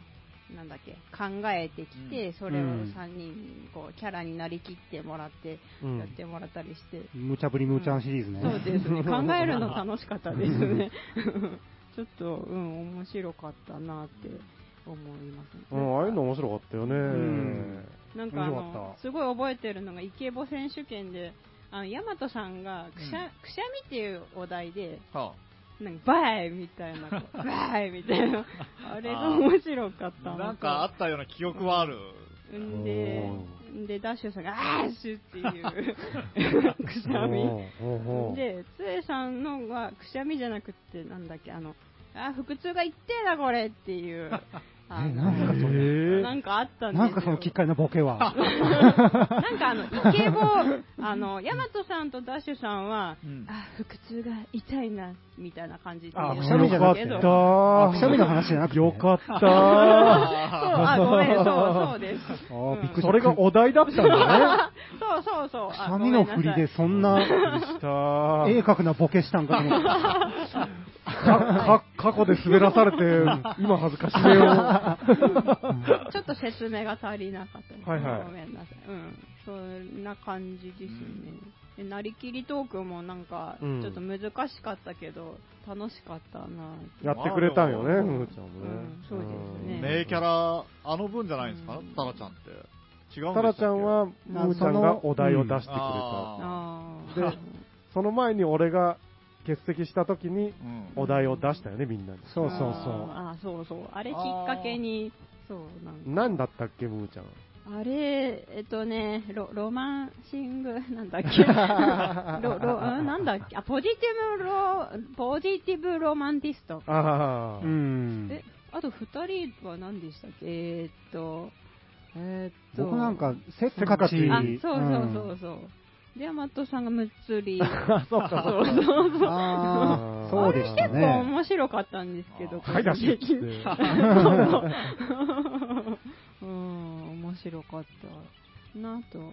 D: なんだっけ、考えてきて、それを
C: うん
D: 3人、こう、キャラになりきってもらって、
B: うん
D: やってもらったりして、
C: むちゃぶりむちゃんシリーズね。
D: そうで
B: <laughs>
D: すね。考えるの楽しかったですね。 <laughs> ちょっと、うん、面白かったなって思いますね。
B: うん、ああいうの面白かったよね。
C: ん
D: なんかあ
B: 面白か
D: の
B: った、
D: すごい覚えてるのが、イケボ選手権で、あの、ヤマトさんが、くしゃ、くしゃみっていうお題で、
A: は
D: なんか、バイみたい
B: <laughs>
D: な、こうバイみたいな、あれが面白かった
A: あ、
D: の
A: なんかあったような記憶はある。
D: んで、んで、ダッシュさんが、あーしゅっていう、
B: <laughs>
D: <laughs> くしゃみ。
B: ほうほうほう
D: で、つえさんのはくしゃみじゃなくって、なんだっけ、あの、あー、腹痛が痛えな、これって
C: <laughs>
D: いう。あの
C: えなんかそれ
D: なんかあったんですよ
C: なんかそのきっかけのボケは。
D: なんかあの、イケボ、あの、ヤマトさんとダッシュさんは、
A: うん
D: あ、腹痛が痛いな、みたいな感じで。
C: あ
D: 言う
C: くしゃみじゃなくて
D: けど
B: よ
D: そ
B: か
D: う、
C: <laughs>
B: っ
C: あく
B: た
C: しゃみの話じゃなくて。
B: よかった
C: <laughs>
D: あ、ごめん、そう、そうです。
C: あーびっくり
B: それがお題だったんだね。
D: <laughs> そうそうそう。
C: くし
D: あ
C: ゃみの振りで。そんな <laughs>
B: した
C: 鋭角なボケしたんかと思った。
B: かか過去で滑らされて、 <laughs> 今恥ずかしめを。
D: ごめんなさいちょっと説明が足りなかったです。
B: はいはい
D: ごめんなさい。うん。そんな感じですね。でなりきりトークもなんか、ち
B: うん
D: ょっと難しかったけど、楽しかったなって
B: やってくれたんよね、ふーちゃんもね
D: うん。そうですね
A: 名キャラ、あの分じゃないんですか
D: うん
A: タラちゃんって。違うんです
B: タラちゃんは、ムーちゃんがお題を出してくれた。
A: あ
D: ああ。
B: でその前に俺が欠席した時
A: ー、うん
B: にお題を出したよね、みんなに。
C: そうそうそう。
D: あーあーそうそうあれきっかけにそうなんか
B: 何だったっけ、ムーちゃん。
D: あれえっとねロロマンシングなんだっけロロうんなんだっけあポジティブロポジティブロマンティスト
B: ああ、
C: うん。
D: えあと二人は何でしたっけえーっとえーっと
C: 僕なんか、せっ
B: せっか
C: か
B: ち
C: ち。
D: あそうそうそ
C: ん
D: うそう、でマットさんがむっ
B: <laughs>
D: つり
B: そうか、そう
D: そうそうそう
C: あ
B: そ
C: ーそうう
B: で
C: で
B: し
C: したた
D: 結構
C: ね。
D: 面白かったんですけど、
A: あ
D: 個人
B: はい、出しっつ
D: 的に
B: って。
D: うん、 <laughs> 面白かったなと思っ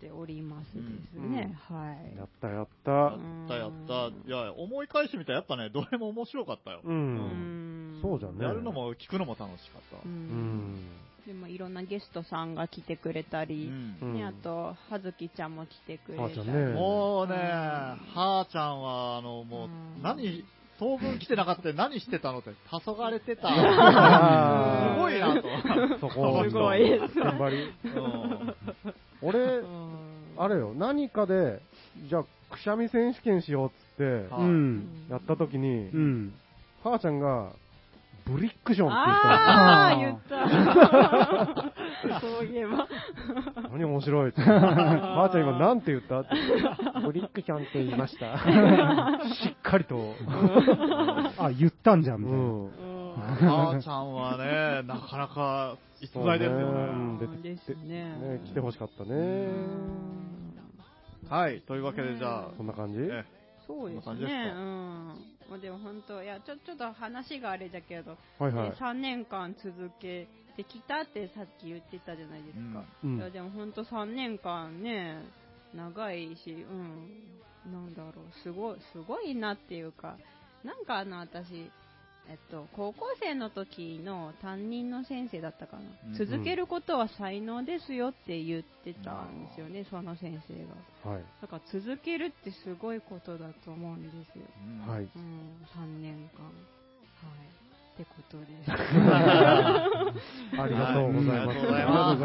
D: ておりますですね。はい。
B: やったやった。
D: うん
A: やったやった。いや、思い返してみたらやっぱね、どれも面白かったよ。
B: う。
D: うんん
B: そうじゃね。
A: やるの。も聞くのも楽しかった。
D: う。
B: うんん。
D: でもいろんなゲストさんが来てくれた
A: う
D: り、
A: ん
B: うん
D: ね、あと、はずきちゃんも来てくれた
B: はーちゃん
D: り。
B: ね
A: もうね、
D: うん
A: はーちゃんは、あの、もう
D: うん、
A: 何、当分来てなかったで何してたのって、黄昏れてた。
B: あ
A: すごいなと。
B: ーそこ
D: すごい
B: 頑張り。
A: うん
B: 俺
D: う、ん
B: あれよ、何かで、じゃあ、くしゃみ選手権しようっつって、
A: は
C: う。
D: うんん
B: やった時に
C: う、ん。
B: 母ちゃんが、ブリックションって言った
D: ああ、
C: 言
D: 言っ。
C: った
D: そういえば。
B: <laughs> の何面白いって。母ちゃん今なんて言ったってブリックションって言いま <laughs> した。しっかりと。
C: あ、言ったんじゃ
B: う
C: ん、みたいな。
B: ん。
D: うん
A: はーちゃんはね、なかなか逸材ですよ
B: う
A: ね。
B: んで
D: ですね。
B: ね、来てほしかった
D: う
B: ね。
D: ん
A: はい、というわけでじゃあ、
B: そんな感じ
A: え
D: そうです
A: こんな感じ
D: ね。
A: ですか
D: うん。まあでも本当、いや、ちょ、ちょっと話があれだけど、
B: はいは
D: ね
B: い。
D: 3年間続けてきたってさっき言ってたじゃないですか。
B: う
D: いや、
B: ん。
D: でも本当3年間ね、長いし、うん。なんだろう、すごい、すごいなっていうか、なんかあの、私、えっと、高校生の時の担任の先生だったかな。
A: うん
D: 続けることは才能ですよって言ってたんですよね、その先生が。
B: はい。
D: だから続けるってすごいことだと思うんですよ。
A: うん
B: はい。
D: うん、3年間。はい。ってことです。
A: は
B: ありがとうございます。
C: ありがとうござ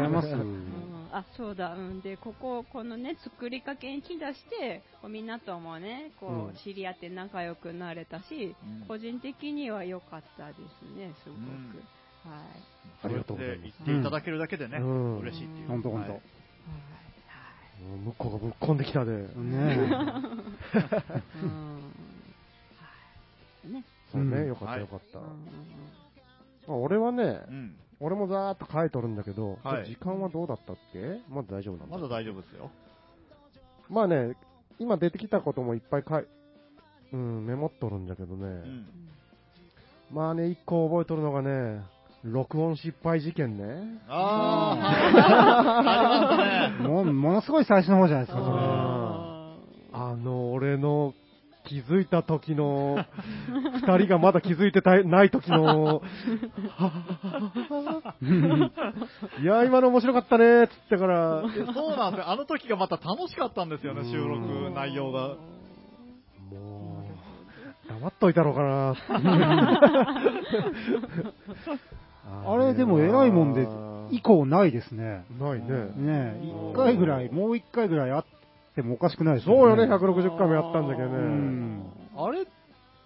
C: います。
D: うん、あ、そうだ。うん。で、ここ、このね、作りかけに来だして、こうみんなともね、こ
B: うん
D: う、知り合って仲良くなれたし、
A: うん
D: 個人的には良かったですね、すごく。
A: うん
D: はい。はい。
B: ありがとうございます
A: 言っていただけるだけでね、
B: うん
A: 嬉しいっていう。
C: ほんとほん
A: はい
C: と。
B: うん向こうがぶっこんできたで。
C: ね
D: はい。 <laughs> うん。はい。ね。
B: そうね、
C: うん
B: よかった
A: はい
B: よかった
D: う。んうんうん
B: まあ俺はね
A: う、ん。
B: 俺もざーっと書いとるんだけど、
A: はい
B: 時間はどうだったっけまだ大丈夫なの
A: まだ大丈夫ですよ。
B: まあね、今出てきたこともいっぱい書い、うん、メモっとるんだけどね。
A: うん。
B: まあね、一個覚えとるのがね、録音失敗事件ね。
D: <laughs>
A: あー、ありますね。
C: もう、ものすごい最初の方じゃないですか、それ。
D: あ
B: あの、俺の気づいた時の、二人がまだ気づいてたない時の、いや、今の面白かったね、つってから、
A: えそうなんですよ。あの時がまた楽しかったんですよね、収
D: ー
A: 録内容が。
B: もう、黙っといたろうかな。
C: あれ、でも偉いもんで、以降ないですね。
B: ないね。
C: ねえ、一回ぐらい、もう一回ぐらいあってもおかしくないです
B: そうよね、
C: 100
B: 160回もやったんだけどね。
C: ん
A: あれっ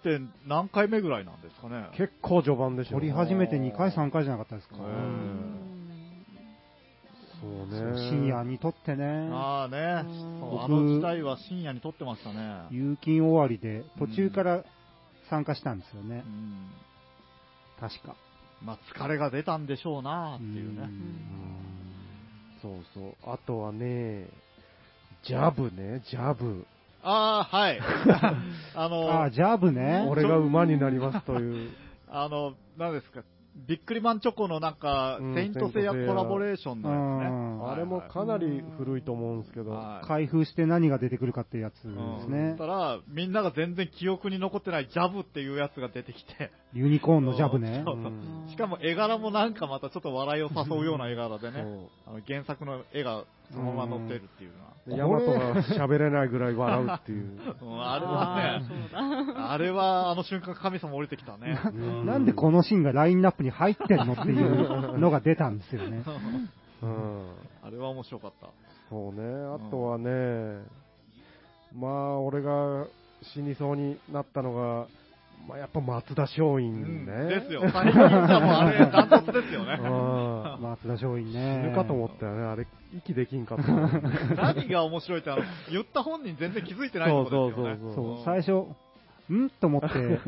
A: て何回目ぐらいなんですかね。
B: 結構序盤でしょ。
C: 撮り始めて2回、3回じゃなかったですか。
A: うん
B: そうね
C: そう深夜に撮ってね、
A: ああね
D: うん、
A: そうあ
C: 僕
A: の時代は深夜に撮ってましたね。
C: 有金終わりで、途中から参加したんですよ
A: う
C: ね、
A: ん
C: 確か。
A: まあ疲れが出たんでしょうなーっていう
C: う
A: ね。
B: うんんそうそう。あとはね、ジャブね、ジャブ。
A: ああ、
B: <laughs>
A: はい。あの、
C: あ
A: あ
C: あ、ジャブね。
B: 俺が馬になりますという。
A: の、何ですか、ビックリマンチョコのなんか、
B: うん
A: セイントセイヤコラボレーションのやつ
C: う
A: ね。
C: ん
A: はい
B: あれもかなり古いと思うんですけど。
A: はい
C: 開封して何が出てくるかっていうやつで
A: うん
C: す
A: そし
C: ね
A: た。ら、みんなが全然記憶に残ってないジャブっていうやつが出てきて、
C: ユニコーンのジャブね
A: そ。う
B: うん
A: しかも絵柄もなんかまたちょっと笑いを誘うような絵柄で
B: そ
A: ね、
B: う
A: あの原作の絵がそのまま載ってるっていうのは。
B: でヤマトが喋れないぐらい笑うっていう。
A: うんあれはね、あれはあの瞬間神様降りてきたね。
C: <laughs> なんでこのシーンがラインナップに入ってんのっていうのが出たんですよね。
B: うん。
A: あれは面白かった。
B: そうね。あとはね、まあ、俺が死にそうになったのが、まあ、やっぱ松田松陰
A: うん
B: ね。
A: ですよ。最近はもうあれ、ダントツですよ
B: う
A: ね。
B: ん。
C: <laughs> 松田松陰ね。
B: 死ぬかと思ったよね、あれ、息できんかったよね。
A: 何が面白いって、あの、言った本人全然気づいてないってことですよね。
B: そう
C: そう、
A: ん
C: 最初、んと思って、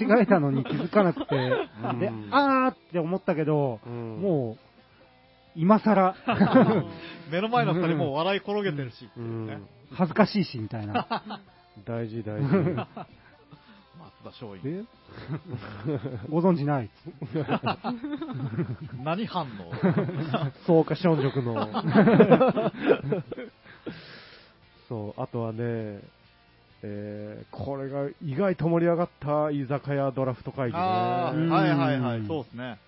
A: <laughs>
C: 間違えたのに気づかなくて、で、あーって思ったけど、
B: うん
C: もう、今更、
A: 目の前の二人もう笑い転げてるし、って
B: う
A: いうね
B: ん。
C: 恥ずかしいし、みた
A: <laughs>
C: いな。
B: 大事、大事。
A: 松田松陰。
B: で、
C: ご存知ないっつって。
A: 何反応
B: そうか、ションジョクの。そう、あとはね、えー、これが意外と盛り上がった居酒屋ドラフト会議
A: ああ、
B: ね。
A: はいはいは
C: う
A: い、
C: ん
A: そうですね。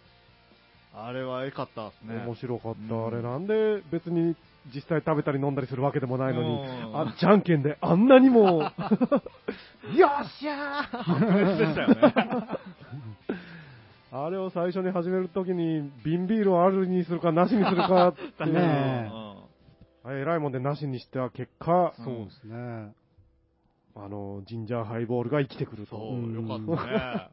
A: あれは良かったですね。
B: 面白かっ
A: う
B: た。
A: ん
B: あれなんで別に実際食べたり飲んだりするわけでもないのに
A: うん、
B: あ、じゃんけんであんなにも、 <laughs> よっしゃー
A: 白い。でしたよね。
B: あれを最初に始めるときに、瓶ビールをあるにするか、なしにするかって
A: <laughs>
C: ねえ
A: うん
B: あれ偉いもんでなしにした結果、
A: うん
C: そうですね。
B: あの、ジンジャーハイボールが生きてくる
A: そ
B: と。
A: う、よかったね。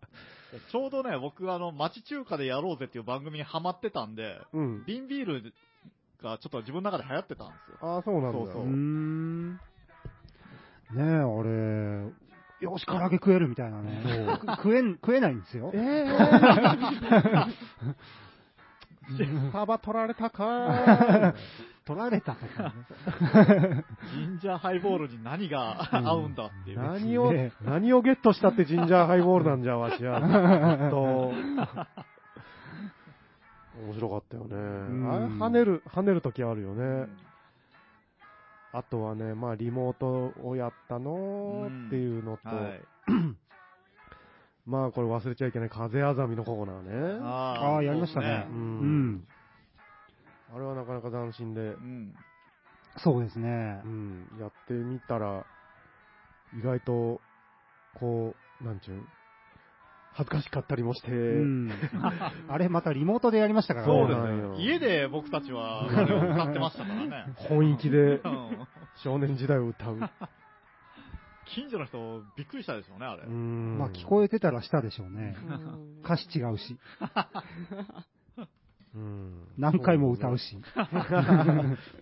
A: ちょうどね、僕、あの、町中華でやろうぜっていう番組にハマってたんで、
B: うん。
A: 瓶ビールがちょっと自分の中で流行ってたんですよ。
B: ああ、そうなんだ。
A: そうそう
C: うーん。ねえ、あれ、よし、唐揚げ食えるみたいなね。く <laughs> 食えん、食えないんですよ。
A: <laughs>
B: 幅取られ
A: <laughs>
B: たか
C: 取られたとかね。
A: ジンジャーハイボールに何が合うんだっていう。
B: 何を、何をゲットしたってジンジャーハイボールなんじゃ、わしは。ずっと。面白かったよね。
C: ん
B: あれ跳ねる、跳ねる時あるよね。あとはね、まあ、リモートをやったのーっていうのと、
A: はい。
B: まあ、これ忘れちゃいけない、風あざみのコーナーね。
A: あ
C: ああ、やりましたね。
A: そううで
C: ん。
B: あれはなかなか斬新で、
A: すうん。
C: そうですね
B: う。ん、やってみたら、意外と、こう、なんちゅうん、恥ずかしかったりもして、
C: うん。あれ、またリモートでやりましたから
A: そう
B: だ
A: です
B: なんよ
A: ね。家で僕たちは、あれを歌ってましたからね。
B: 本域で
A: うん
B: 少年時代を歌う。
A: 近所の人、びっくりしたでしょうね、あれ。
B: うん
C: まあ、聞こえてたらしたでしょうね。歌詞違うし、
B: うん
C: 何回も歌う。し、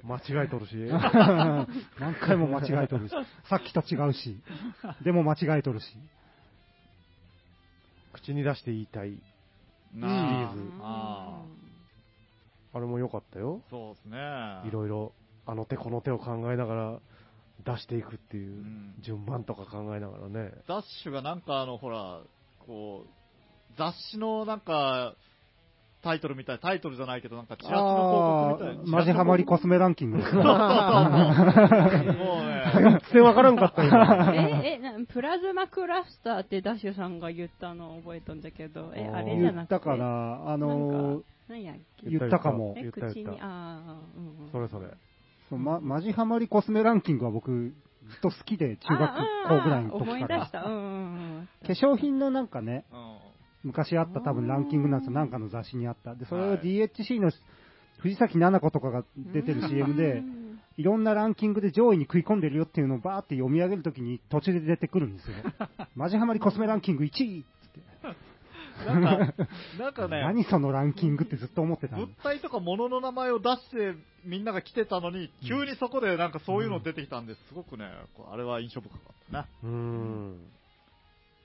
B: 間違えと
C: <laughs>
B: るし。
C: 何回も間違えとるし、さっきと違うし、でも間違えとるし。
B: 口に出して言いたい。
A: なあ
B: シリーズ
A: あ
B: あれも良かったよ。
A: そうですね。
B: いろいろ、あの手この手を考えながら出していくっていううん順番とか考えながらね。
A: ダッシュがなんかあの、ほら、こう、雑誌のなんか、タイトルみたい、タイトルじゃないけど、なんか、チラシの
C: あ
A: 広告みたい
C: ー
A: な。
C: マジハマリコスメランキング。
A: もうね、
B: 全然わからんかったよ。
D: え、え、
C: <laughs>
D: なプラズマクラスターってダッシュさんが言ったのを覚えたんだけど、え、
B: あー
D: あれじ
C: 言
D: ゃな
C: っ
D: くて。
C: たから、
D: な
C: あ
D: ん
C: の
D: か、何やっけ
C: 言ったかも
D: え
B: 言った
D: 口
B: 言っ
D: に、
B: た。
D: ああ、うんうん。
B: それそれ。
C: そうま、マジハマリコスメランキングは僕、ずっと好きで、中学校ぐらいの時
D: ああああ思い
C: か
D: 出
C: ら
D: し。た。うんうんうん。
C: 化粧品のなんかね、
A: うん
C: 昔あった多分ランキングなんですよ、なんかの雑誌にあった。で、それ
A: は
C: を
A: い
C: DHC の藤崎奈々子とかが出てる CM
D: う
C: で、
D: ん
C: いろんなランキングで上位に食い込んでるよっていうのをバーって読み上げるときに途中で出てくるんですよ。マジハマリコスメランキング1位っつって。
A: なんか、なんかね、
C: 何そのランキングってずっと思ってたの
A: 物。体とか物の名前を出してみんなが来てたのに、急にそこでなんかそういうの出てきたんです、すごくね、こうあれは印象深かったね。
B: うーん。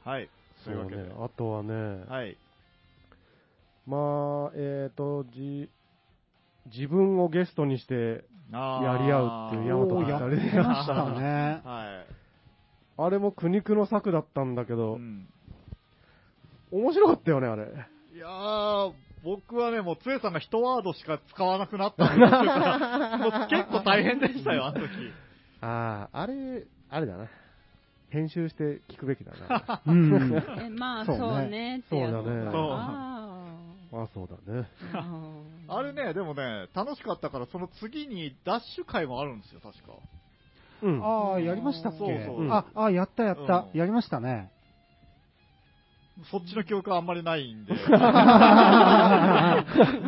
A: はい。そ
B: そ
A: い
B: う
A: うわ
B: う
A: け
B: ね
A: で。。
B: あとはね、
A: はい。
B: まあ、えっ、と、じ、自分をゲストにして
A: あー。
B: やり合うっていう、ヤマト
C: おー
B: さ
C: や
B: んあ
C: っ
B: れ
C: て
B: ね
C: ましたね
A: はい。
B: あれも苦肉の策だったんだけど、
A: うん
B: 面白かったよね、あれ。
A: いやー、僕はね、もう、つえさんが一ワードしか使わなくなったんですから、もう結構大変でしたよ、あの時。
B: ああ、あれ、あれだな。編集して聞くべきだな。 <laughs>
C: うん。
D: <laughs> え、まあ、
C: そ
D: そうう
C: ね
D: ね。ってやつ
B: そうだ
A: そ
B: ね
A: う
D: あ
B: まあそうだね。
D: あうん
A: あれね、でもね、楽しかったから、その次にダッシュ会もあるんですよ、確か。
B: うん。
C: ああ、やりましたっけ
A: そうそう
C: あ、あやったやった、
A: うん
C: やりましたね。
A: そっちの記憶はあんまりないんで。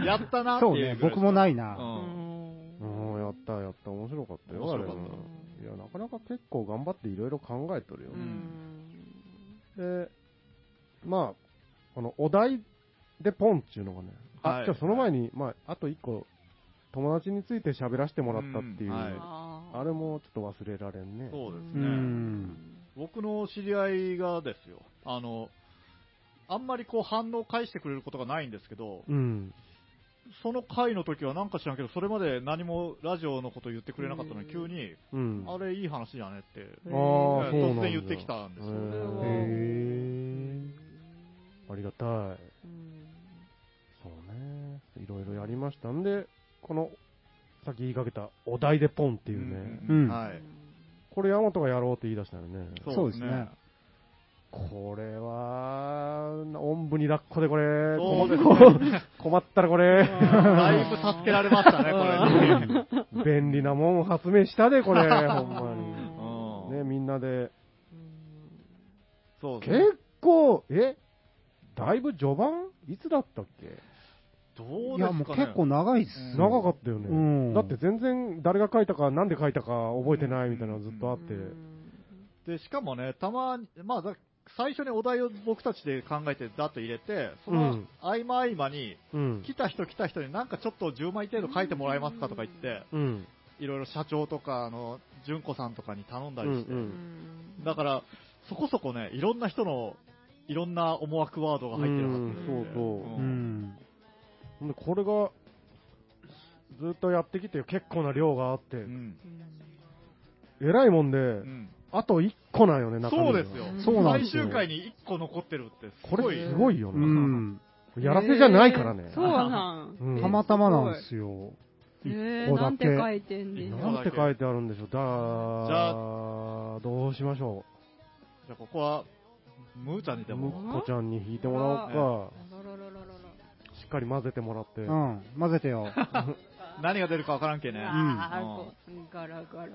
A: やったなっていう
C: そう
A: ぐらい
C: ね
A: で、す
C: 僕もない
A: うん
C: な。
B: うん、やった、やった。面白かったよ、
A: 面
B: あ
A: 白
B: れ
A: か
B: は
A: っ。
B: いや、なかなか結構頑張っていろいろ考えとるよ
D: う。ん
B: で、まあ、このお題でポンっていうのがね、
A: は
B: あ、
A: い
B: じゃあその前に、まあ、あと一個、友達について喋らせてもらったっていう、
A: うんはい
D: あー
B: あれもちょっと忘れられんね。
A: そうです
C: う
A: ね。
C: ん。
A: 僕の知り合いがですよ、あの、あんまりこう反応を返してくれることがないんですけど、
B: うん。
A: その回の時はなんか知らんけど、それまで何もラジオのこと言ってくれなかったのに、
D: うん
A: 急に、
B: うん。
A: あれいい話だねって、
D: へ
A: え
B: あーそ
D: ー
B: うなん
A: ー突
B: だ
A: 然言ってきたんです
B: へ
A: よ。
D: そ
B: ー
D: れは
B: ありがたい。
D: うん
B: そうね。いろいろやりましたんで、この、さっき言いかけた、お題でポンっていうね。
C: うん
A: はい。
B: これ、ヤマトがやろうって言い出したよね。
A: そうです
C: そうです
A: ね
C: ね。
B: これは、なおんぶに抱っこでこれ、
A: そうです
B: 困 <laughs> っ困ったらこれ、
A: だいぶ助けられましたね、これね。
B: 便利なもん発明したで、
A: <laughs>
B: これ、ほん
A: う
B: ま
A: ん
B: に。ね、みんなで。
A: そうですね。
B: 結構、えだいぶ序盤いつだったっけ
A: どう
C: い
A: で
C: や、
A: す
C: もう
A: かね
C: 結構長いっすよ。
B: 長かったよね。
C: うん
B: だって全然誰が書いたか、なんで書いたか覚えてないみたいなのずっとあって。
A: で、しかもね、たまに、まあ、だ最初にお題を僕たちで考えて、だっと入れて、そうの
B: ん
A: 合間合間に、
B: うん。
A: 来た人来た人になんかちょっと10枚程度書いてもらえますかとか言って、
B: うん。
A: いろいろ社長とか、あの、純子さんとかに頼んだりして、
B: うんうん
A: だから、そこそこね、いろんな人の、いろんな思惑ワードが入ってるはずなんで、
B: うんそうそう
C: う
A: うん
C: ん。
B: でこれが、ずっとやってきて結構な量があって、
A: うん
B: えらいもんで、
A: うん
B: あと1個なんよね、中身
A: そ
B: が
A: うですよ。
C: そうなんです
A: 最
C: よ
A: 終回に1個残ってるって、す
B: こ
A: ごい。
B: れすごいよ
C: う
B: ね。
C: ん。
B: やらせじゃないからね。
D: そうなん。
B: うん
C: たまたまな
B: <laughs>
C: んですよ。
D: え
C: 一
D: ー、
C: 個だけ
D: なんて書いてんでしょ
A: 一
D: う
A: 個
B: なんて書いてあるんでしょう。だ
A: じ
B: ーどうしましょ
A: じゃあここは、ムーちゃんにで
B: う。
A: も。
B: むっこちゃんに引いてもらお
D: あらららららら
B: うか。しっかり混ぜてもらって。
C: うん。混ぜてよ。
A: 何が出るかわからんけね。
D: あー
A: うん
D: こうガラガラガラ。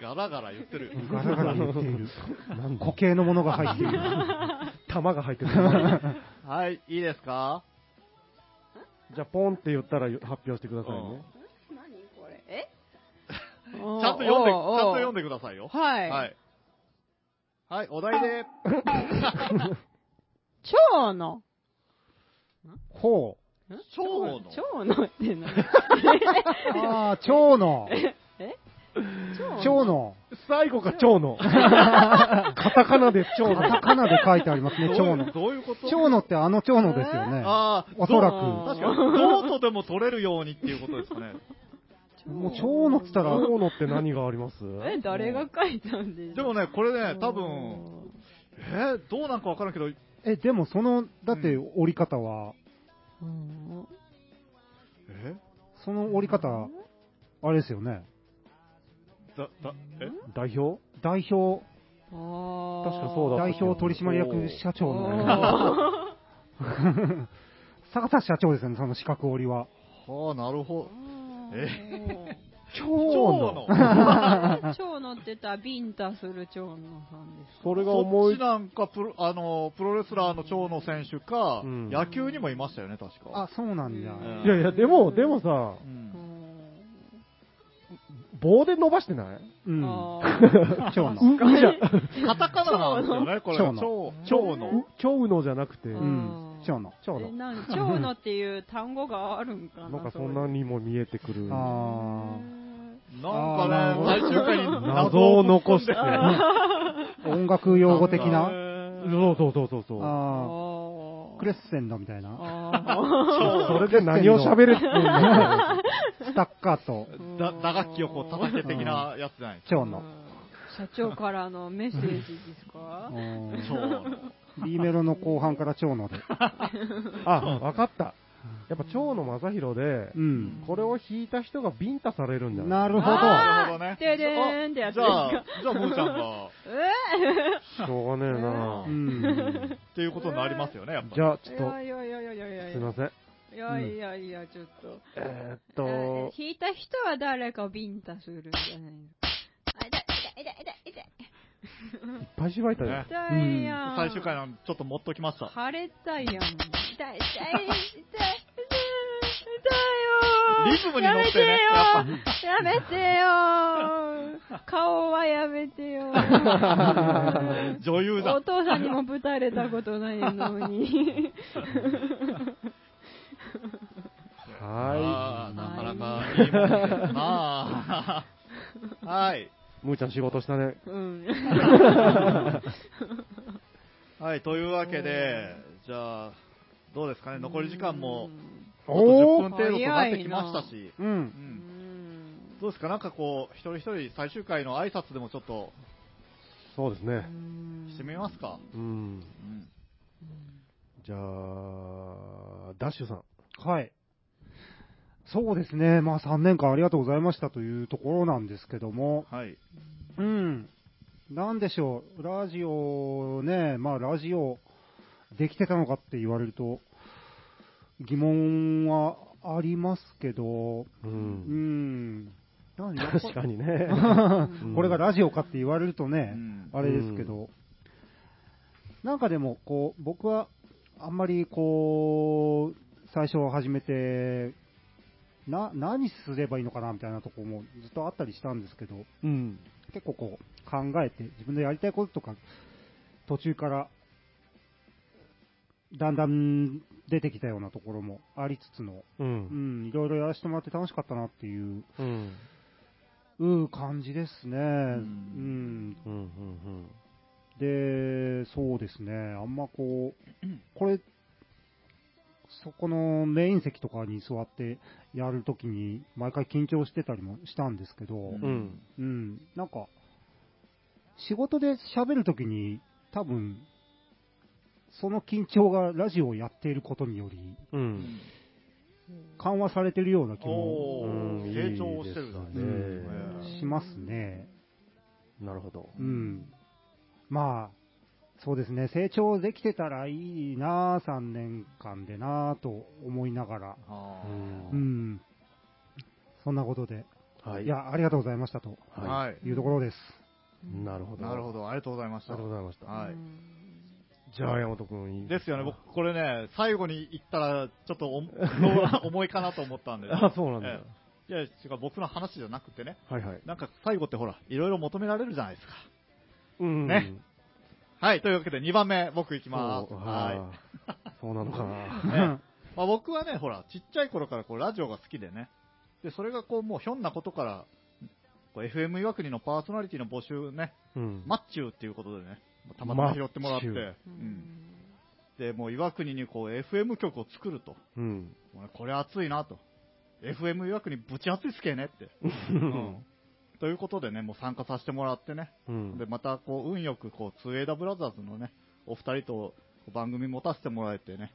A: ガラガラ言ってる。
C: ガラガラ言っている。
B: なんだ
C: 固形のものが入っている。
B: <laughs> 玉が入ってる。 <laughs>
A: はい、いいですか
B: じゃあ、ポンって言ったら発表してくださいね。
D: 何これえちゃん
A: ちゃんと読んで、ちゃんと読んでくださいよ。
D: はい。
A: はい。はい、お題で。
D: 蝶の。
B: ほ
A: 蝶の。
D: 蝶のって何
C: ああ、蝶の。
D: え
C: 蝶の、
B: 最後が蝶野。カタカナで蝶
C: カタ
B: 野。
C: カナで書いてありますね、蝶
A: どうい
C: 野
A: う。どういうこと
C: 蝶野ってあの蝶野ですよね。
A: ああ、
C: おそら
A: く。確
C: く。
A: かに、どうとでも取れるようにっていうことですかね。
C: もう蝶野っつったら、
B: 蝶野って何があります
D: え、誰が書いたんです
A: <laughs> でもね、これね、多分、えーどうなんかわからんけど、
C: え、でもその、だって折り方は、
D: うん
A: え
C: その折り方、あれですよね。
A: だ、だ、え
B: 代表
C: 代表、
D: あー
B: 確かそうだった
C: 代表取締役社長の、
D: おー
C: <laughs> 坂田社長ですよね、その四角折りは。
A: はあ、なるほど。
D: え
C: 蝶
A: 蝶
C: 野。
A: の。
D: 蝶野って言ったらビンタする蝶野さんです
B: それが
A: そ
B: 思
A: っ
B: い
A: ち、なんかプロ、あの、プロレスラーの長野選手か、
B: うん
A: 野球にもいましたよね、確か。
C: あ、そう <laughs> なんだ。
A: うん
B: いやいや、
D: <laughs>
B: でも、でもさ
A: う、。
D: うんん
B: 棒で伸ばしてない
C: うん。
D: あ
C: 蝶野。
B: うじゃ、
A: カタカナなんですよね、これ。
C: 蝶
A: 蝶の。蝶
B: 蝶野
C: 野
A: の。。
B: 蝶野じゃなくて、
D: う
C: う。
B: なん
C: 蝶野。
B: 蝶
D: ー
B: 野
D: えなん蝶野っていう単語があるんかな。
B: んかそんなにも見えてくる。
C: あ
A: なんか
C: あー
A: ね、最終回に
B: 謎を残してて。
C: あ。音楽用語的
A: え
C: な。
A: ー
B: <laughs> そうそうそうそうそう。
C: ああ。クレッ
D: ス。
C: センドみたいな。
D: あ
B: それで何を喋れって言うんだよ
C: <laughs> スタッカート。
D: ー
A: だ打楽器をこう叩け的なやつじゃないですか。
C: 蝶野。
D: 社長からのメッセージですか
C: うん
A: 蝶の。
C: B メロの後半から蝶野で。
B: あ、わかった。やっぱ蝶野正宏で
C: う、ん。
B: これを弾いた人がビンタされるんだよ。
C: なるほど。
A: なるほど
D: あ
A: ね
D: ー。ででーんってやつ
A: じゃあ、じゃあ、もーちゃんが、
B: しょうがねえな
C: う。ん。
A: っていうことになりますよね、やっぱり。
B: じゃあ、ち
D: い
B: ょっと
D: や、いやいやいやいやいや
B: すいません。
D: いやいやいや、ちょっと。
B: えーっ
D: えー
B: と、
D: 引いた人は誰かをビンタするんじゃないのあ、痛い痛い痛い痛い
B: いっぱい芝居たよ
A: ね。
D: 痛い痛いやん。
A: 最終回なのでちょっと持っときました。
D: 腫れたやん。痛い痛い痛い痛い
A: リズ
D: 痛いよー
A: ムに乗ってね
D: やめてよーやめてよー顔はやめてよ
A: <laughs>
D: ー
A: 女優だ
D: お。父さんにもぶたれたことないのに。
B: は
A: あーなかなかいいもんですなあはい。
B: い。むーちゃん仕事したね。
D: うん。
A: はい、というわけで、じゃあ、どうですかね、残り時間も、あと10
C: お
A: 分
C: ー
A: 程度となってきましたし、
C: う。
A: うん、
D: うんん
A: どうですか、なんかこう、一人一人最終回の挨拶でもちょっと
B: そうですね。
A: してみますか。
B: うん。
A: うん
B: じゃあ、ダッシュさん。
C: はい。そうですね。まあ3年間ありがとうございましたというところなんですけども。
A: はい。
C: うん。なんでしょう。ラジオね、まあラジオできてたのかって言われると疑問はありますけど、
B: う。
C: うんん。なんやっぱ
B: 確かにね。
C: これがラジオかって言われるとね、
A: うん
C: あれですけど、なんかでもこう、僕はあんまりこう、最初始めて、な、何すればいいのかなみたいなとこもずっとあったりしたんですけど、
B: うん。
C: 結構こう、考えて、自分でやりたいこととか、途中から、だんだん出てきたようなところもありつつの、
B: う。
C: うんん、いろいろやらせてもらって楽しかったなっていう
B: うん。
C: うん感じですね。うんん。
B: うん。うん。
C: で、そうですね。あんまこう、 <clears throat> これ、そこのメイン席とかに座ってやるときに、毎回緊張してたりもしたんですけど、
A: う
B: うん。うん。
C: うん、なんか、仕事で喋るときに、多分、その緊張がラジオをやっていることにより、
B: うん。
C: 緩和されてるような気も
A: お
B: うん
A: ー、成長してるじゃない
B: いいですね
A: うん
C: しますね。
B: なるほど。
C: うん。まあ、そうですね、成長できてたらいいなぁ、3年間でなぁと思いながら、
A: あ
C: う。
B: うん
C: そんなことで、、
B: はいい。
C: や、ありがとうございましたと
A: ー
B: はい
A: はい。
C: いうところです。
B: なるほど。
A: なるほど、ありがとうございまし
B: あり
A: た
B: がとう。ございました。
A: はい。
B: じゃあ、山本くんいい
A: ですよね、僕、これね、最後に言ったら、ちょっと
B: <laughs>
A: お重いかなと思ったんです。
B: あ、そうなんだ。
A: ええいや、違う、僕の話じゃなくてね、
B: はいはい。
A: なんか最後ってほら、いろいろ求められるじゃないですか。
B: うん
A: ね。はい、というわけで2番目、僕行き
B: そう
A: ます。はい。
B: はい。そうなのかな。
A: <laughs> ね
B: <laughs>
A: まあ、僕はね、ほら、ちっちゃい頃からこうラジオが好きでね、で、それがこう、もうひょんなことから、こう FM 岩国のパーソナリティの募集ね、
B: うん。
A: マッチューっていうことでね、たまたま拾ってもらって、
B: マッチュー
D: う
A: うん
D: ん
A: で、もう岩国にこう FM 局を作ると。
B: うん。
A: もうねこれ熱いなと。FM 岩国ぶち熱いっすけねって。うんということでね、もう参加させてもらってね、
B: うん
A: でまたこう運よくこう 2AW ブラザーズのねお二人と番組持たせてもらえてね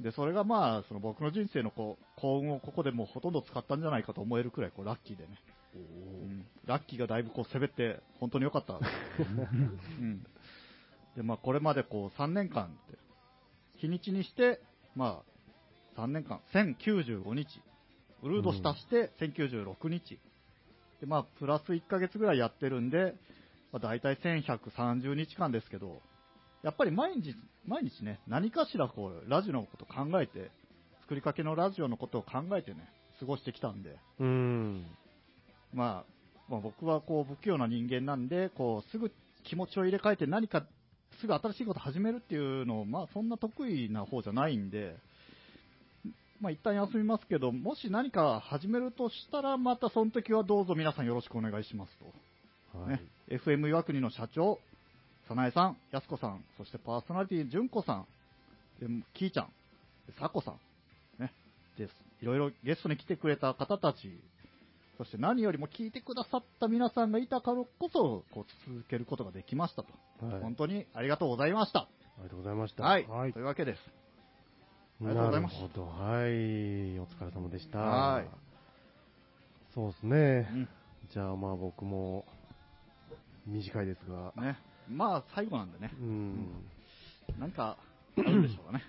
A: でそれがまあその僕の人生のこう幸運をここでもうほとんど使ったんじゃないかと思えるくらいこうラッキーでね、うんラッキーがだいぶこう攻めて本当に良かった、 <laughs> うんでまあ、これまでこう3年間って日にちにして、まあ、3年間1095日ウルードしたして1096日、でまあ、プラス1ヶ月ぐらいやってるんで、まあ、大体1130日間ですけど、やっぱり毎日、毎日ね、何かしらこう、ラジオのこと考えて、作りかけのラジオのことを考えてね、過ごしてきたんで、
B: うん。
A: まあ、まあ僕はこう、不器用な人間なんで、こう、すぐ気持ちを入れ替えて何か、すぐ新しいこと始めるっていうのを、まあ、そんな得意な方じゃないんで、まあ、一旦休みますけど、もし何か始めるとしたら、またその時はどうぞ皆さんよろしくお願いしますと。
B: は
A: ね
B: い。
A: FM 岩国の社長、早苗さん、やすこさん、そしてパーソナリティ、純子さん、できーちゃん、でさこさん、ね、です。いろいろゲストに来てくれた方たち、そして何よりも聞いてくださった皆さんがいたからこそ、こう続けることができましたと、
B: はい。あ
A: 本当にありがとうございました。
B: りがとうございました。
A: はい。
C: はい
A: というわけです。ありがとう
B: な
A: ござい
B: る
A: ます
B: ほど。はい。お疲れ様でした。
A: はい
B: そうですね
A: う。ん。
B: じゃあまあ僕も、短いですが、
A: ね。まあ、最後なんでね。
B: うん。
A: なんか、あるんでしょうかね。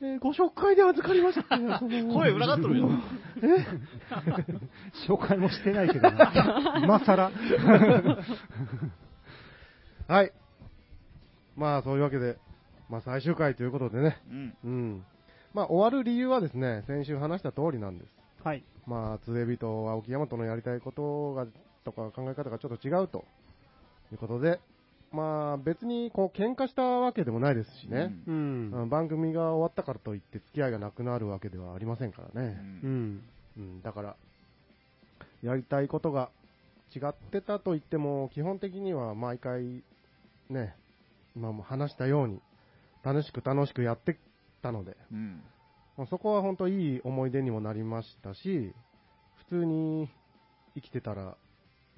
B: えーご紹介で預かりました
A: <laughs> 声裏がっとるよ。
C: 紹介もしてないけ
B: <laughs>
C: どな。今更。
B: はい。まあ、そういうわけで、まあ、最終回ということでね。
A: うん。
B: うん。まあ、終わる理由はですね、先週話した通りなんです。
C: はい。
B: まあ、つえびと青木山とのやりたいことが、とか考え方がちょっと違うと。いうことで、まあ、別に、こう、喧嘩したわけでもないですしね。
C: う。
B: うんん番組が終わったからといって付き合いがなくなるわけではありませんから
A: うん
B: ね。
C: う。ん。
B: うん、だから、やりたいことが違ってたと言っても、基本的には毎回、ね、今も話したように、楽しく楽しくやってたので、
A: うん。
B: まあそこは本当いい思い出にもなりましたし、普通に生きてたら、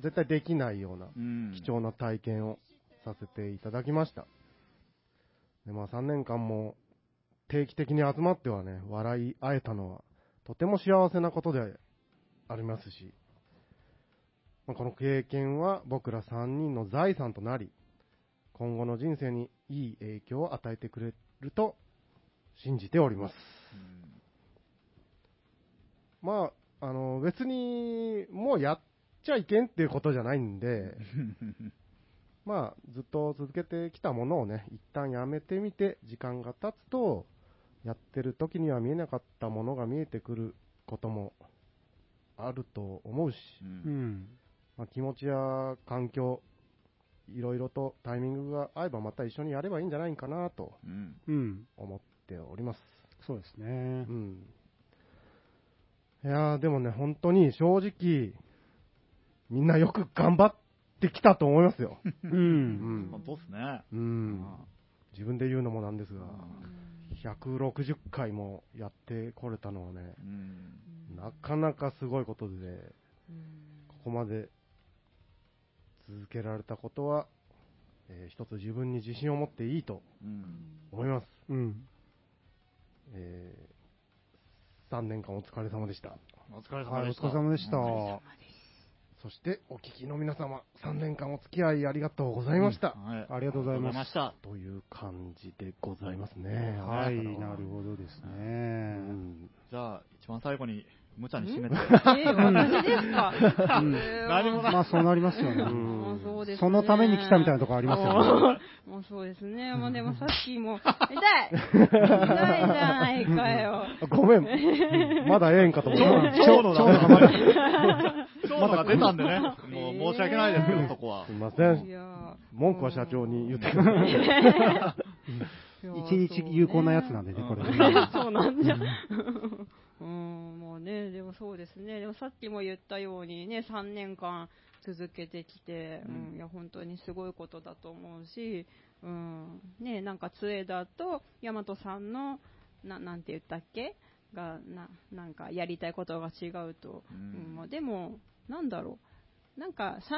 B: 絶対できないような
A: うん。
B: 貴重な体験をさせていただきました。でまあ、3年間も定期的に集まってはね、笑い合えたのはとても幸せなことでありますし、まあこの経験は僕ら3人の財産となり、今後の人生にいい影響を与えてくれると信じております。まあ、あの、別にもうやっちゃいけんっていうことじゃないんで、
A: うん。
B: まあ、ずっと続けてきたものをね、一旦やめてみて、時間が経つと、やってる時には見えなかったものが見えてくることもあると思うし、
A: うん
C: うん。
B: まあ、気持ちや環境、いろいろとタイミングが合えばまた一緒にやればいいんじゃないかなと
A: うん。
C: うん。
B: 思っております。
C: そうですね
B: う。ん。いやー、でもね、本当に正直、みんなよく頑張ってきたと思いますよ。
C: う。
B: うんん
A: 本。当っすね。
B: う。
A: うん
B: 自分で言うのもなんですが、
D: うん
B: 160回もやってこれたのはね、
A: うん。
B: なかなかすごいことで、
D: うん
B: ここまで続けられたことは、えー一つ自分に自信を持っていいと
A: うん。
B: 思います。
C: うん。
B: え3年間お疲れ様でした。
A: お疲れ様
C: はい、お
A: でした。
C: 疲れ様でした。
A: うん
D: お疲れ様です
B: そして、お聞きの皆様、3年間お付き合いありがとうございました。
A: はい。
C: ありがとうござい
A: ありがとうござ
C: ま
A: い
C: す。
A: ました。
B: という感じでございますね。
C: はい、
A: ありがとうござい
C: な
A: ます
C: るほどです
B: う
C: ね。
B: ん
A: じゃあ、一番最後に、無茶に締めて。
D: え私ですか
C: うん
A: 何もない。
C: まあそうなりますよね。
D: もうそうですね
C: そのために来たみたいなとこありますよね。
D: もうそうですね。まあでもさっきも、痛い痛いじゃないかよ。
C: <laughs>
B: あごめん、まだええんかと思った。
A: ちょうどちょうどがちょうどが出たんでね。もう申し訳ないですけど、そこは
B: すい。ません
D: い。やー
B: 文句は社長に言ってください。
D: いやー
C: 一日有効なやつなんでね、これ。
D: <laughs> そうねそうなんじゃ。うん、もうね、ね、でもそうですね、でもさっきも言ったようにね、3年間続けてきて、うんいや本当にすごいことだと思うし、うんね、なんか杖だと、大和さんのな、なんて言ったっけがな、なんかやりたいことが違うと、
A: う
D: うん
A: ん
D: まあでも、なんだろう、なんか3人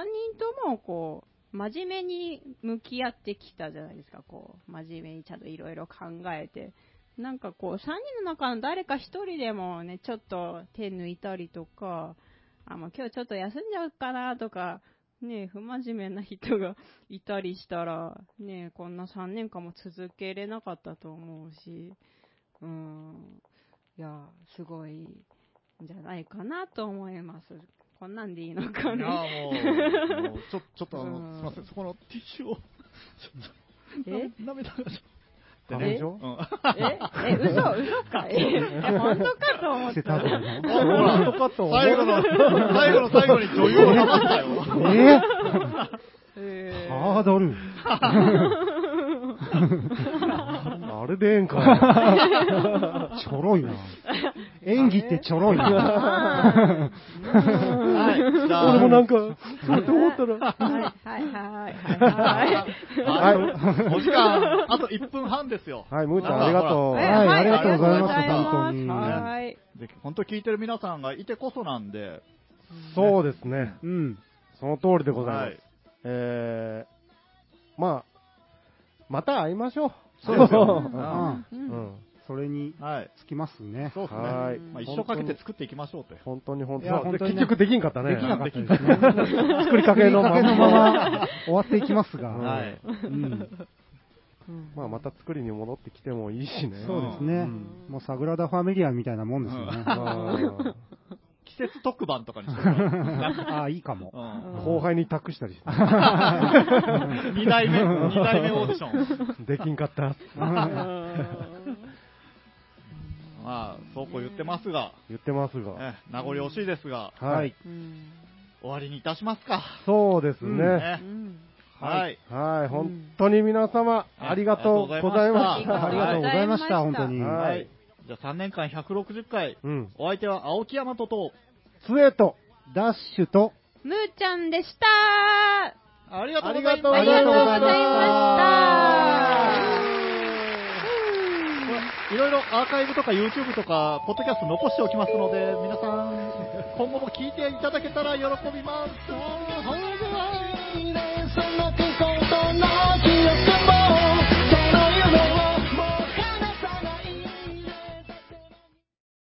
D: ともこう真面目に向き合ってきたじゃないですか、こう真面目にちゃんといろいろ考えて、なんかこう、3人の中の誰か1人でもね、ちょっと手抜いたりとか、あまあ今日ちょっと休んじゃうかなとか、ね、不真面目な人がいたりしたら、ね、こんな3年間も続けれなかったと思うし、うん、いや、すごいんじゃないかなと思います。こんなんでいいのか
A: いや
D: な。
A: ーもう、もうちょちょっとあの、
D: うん
A: すいません、そこのティッシュを、ちょ
D: え
A: っと、なめながら、
B: 花粉症
A: うん、
D: え、え、嘘、嘘か
B: <laughs>
D: え、え本当かと思っ
C: して
D: た
C: た。とね。
A: ほ
C: <laughs>
A: ら、
B: とかと思う
A: 最後の、最後の最後に女優をかまったよ。
C: え
D: えー
C: ー、ハードル。
B: あれでええんか。 <laughs>
C: ちょろいな。演技ってちょろいな。
A: はい、じゃあ、
B: 俺もなんか、そうって思ったら、
D: はいはいはいはいはい。
A: はい、お時間、あと1分半ですよ。
B: はい、ムーちゃんありがとう。
A: は
D: は
A: いい
C: はいありがとうございま
D: ありがとうございます
C: した本当に
D: はい。
A: で本当聞いてる皆さんがいてこそなんで、
B: そうですね。
C: うん。
B: その通りでございます。
A: はい
B: えー、まあ、また会いましょう。
A: そうです
C: う
A: よ
C: ん。
A: うん
D: う
B: うんん。
C: それに
A: はい。
C: つきますね。
A: そうですね。
B: はーい。
A: まあ、一生かけて作っていきましょうと。
B: 本当に本当
C: いや本当に
B: 結
C: ね
B: 局できんかったね。
C: できなかったで
B: で
C: すね
B: きなかったですね作りかけのま
C: かけの
B: ま。
C: まま終わっていきますが。
B: うん
A: はい。
C: うん。
B: まあ、また作りに戻ってきてもいいしね。
C: そうですね。
B: うん
C: もうサグラダ・ファミリアみたいなもんですよね。 <laughs>
B: あ
A: 季節特番とかにしてもら
C: ああ、いいかも。
A: う。
B: ー後輩に託したり <laughs> し
A: う
B: て、
A: ん。二代目、二代目オーディション。
B: できんか <laughs> った。
A: まあ、そうこう言ってますが、
B: 言ってますが。
A: ええ名残惜しいですが、
B: はい。
D: うん
A: 終わりにいたしますか。
B: そうです
C: うん
B: ね。
D: う
A: ね
D: ん
A: はい。
B: はい。本当に皆様、ありがとうございまし
A: あ
C: あ
B: た
C: り。がとうございました、
D: あり
C: 本
D: がとうござ
C: 当
D: い
C: に。
B: ました
A: は
B: はい
A: い。じゃあ3年間160回、
B: うん。
A: お相手は青木山とと、
B: つえと、
C: ダッシュと、
D: むーちゃんでした
A: ありが
B: とうございました
D: ありがとうございま
A: これいろいろアーカイブとか YouTube とか、ポッドキャスト残しておきますので、皆さん、今後も聞いていただけたら喜びます。はい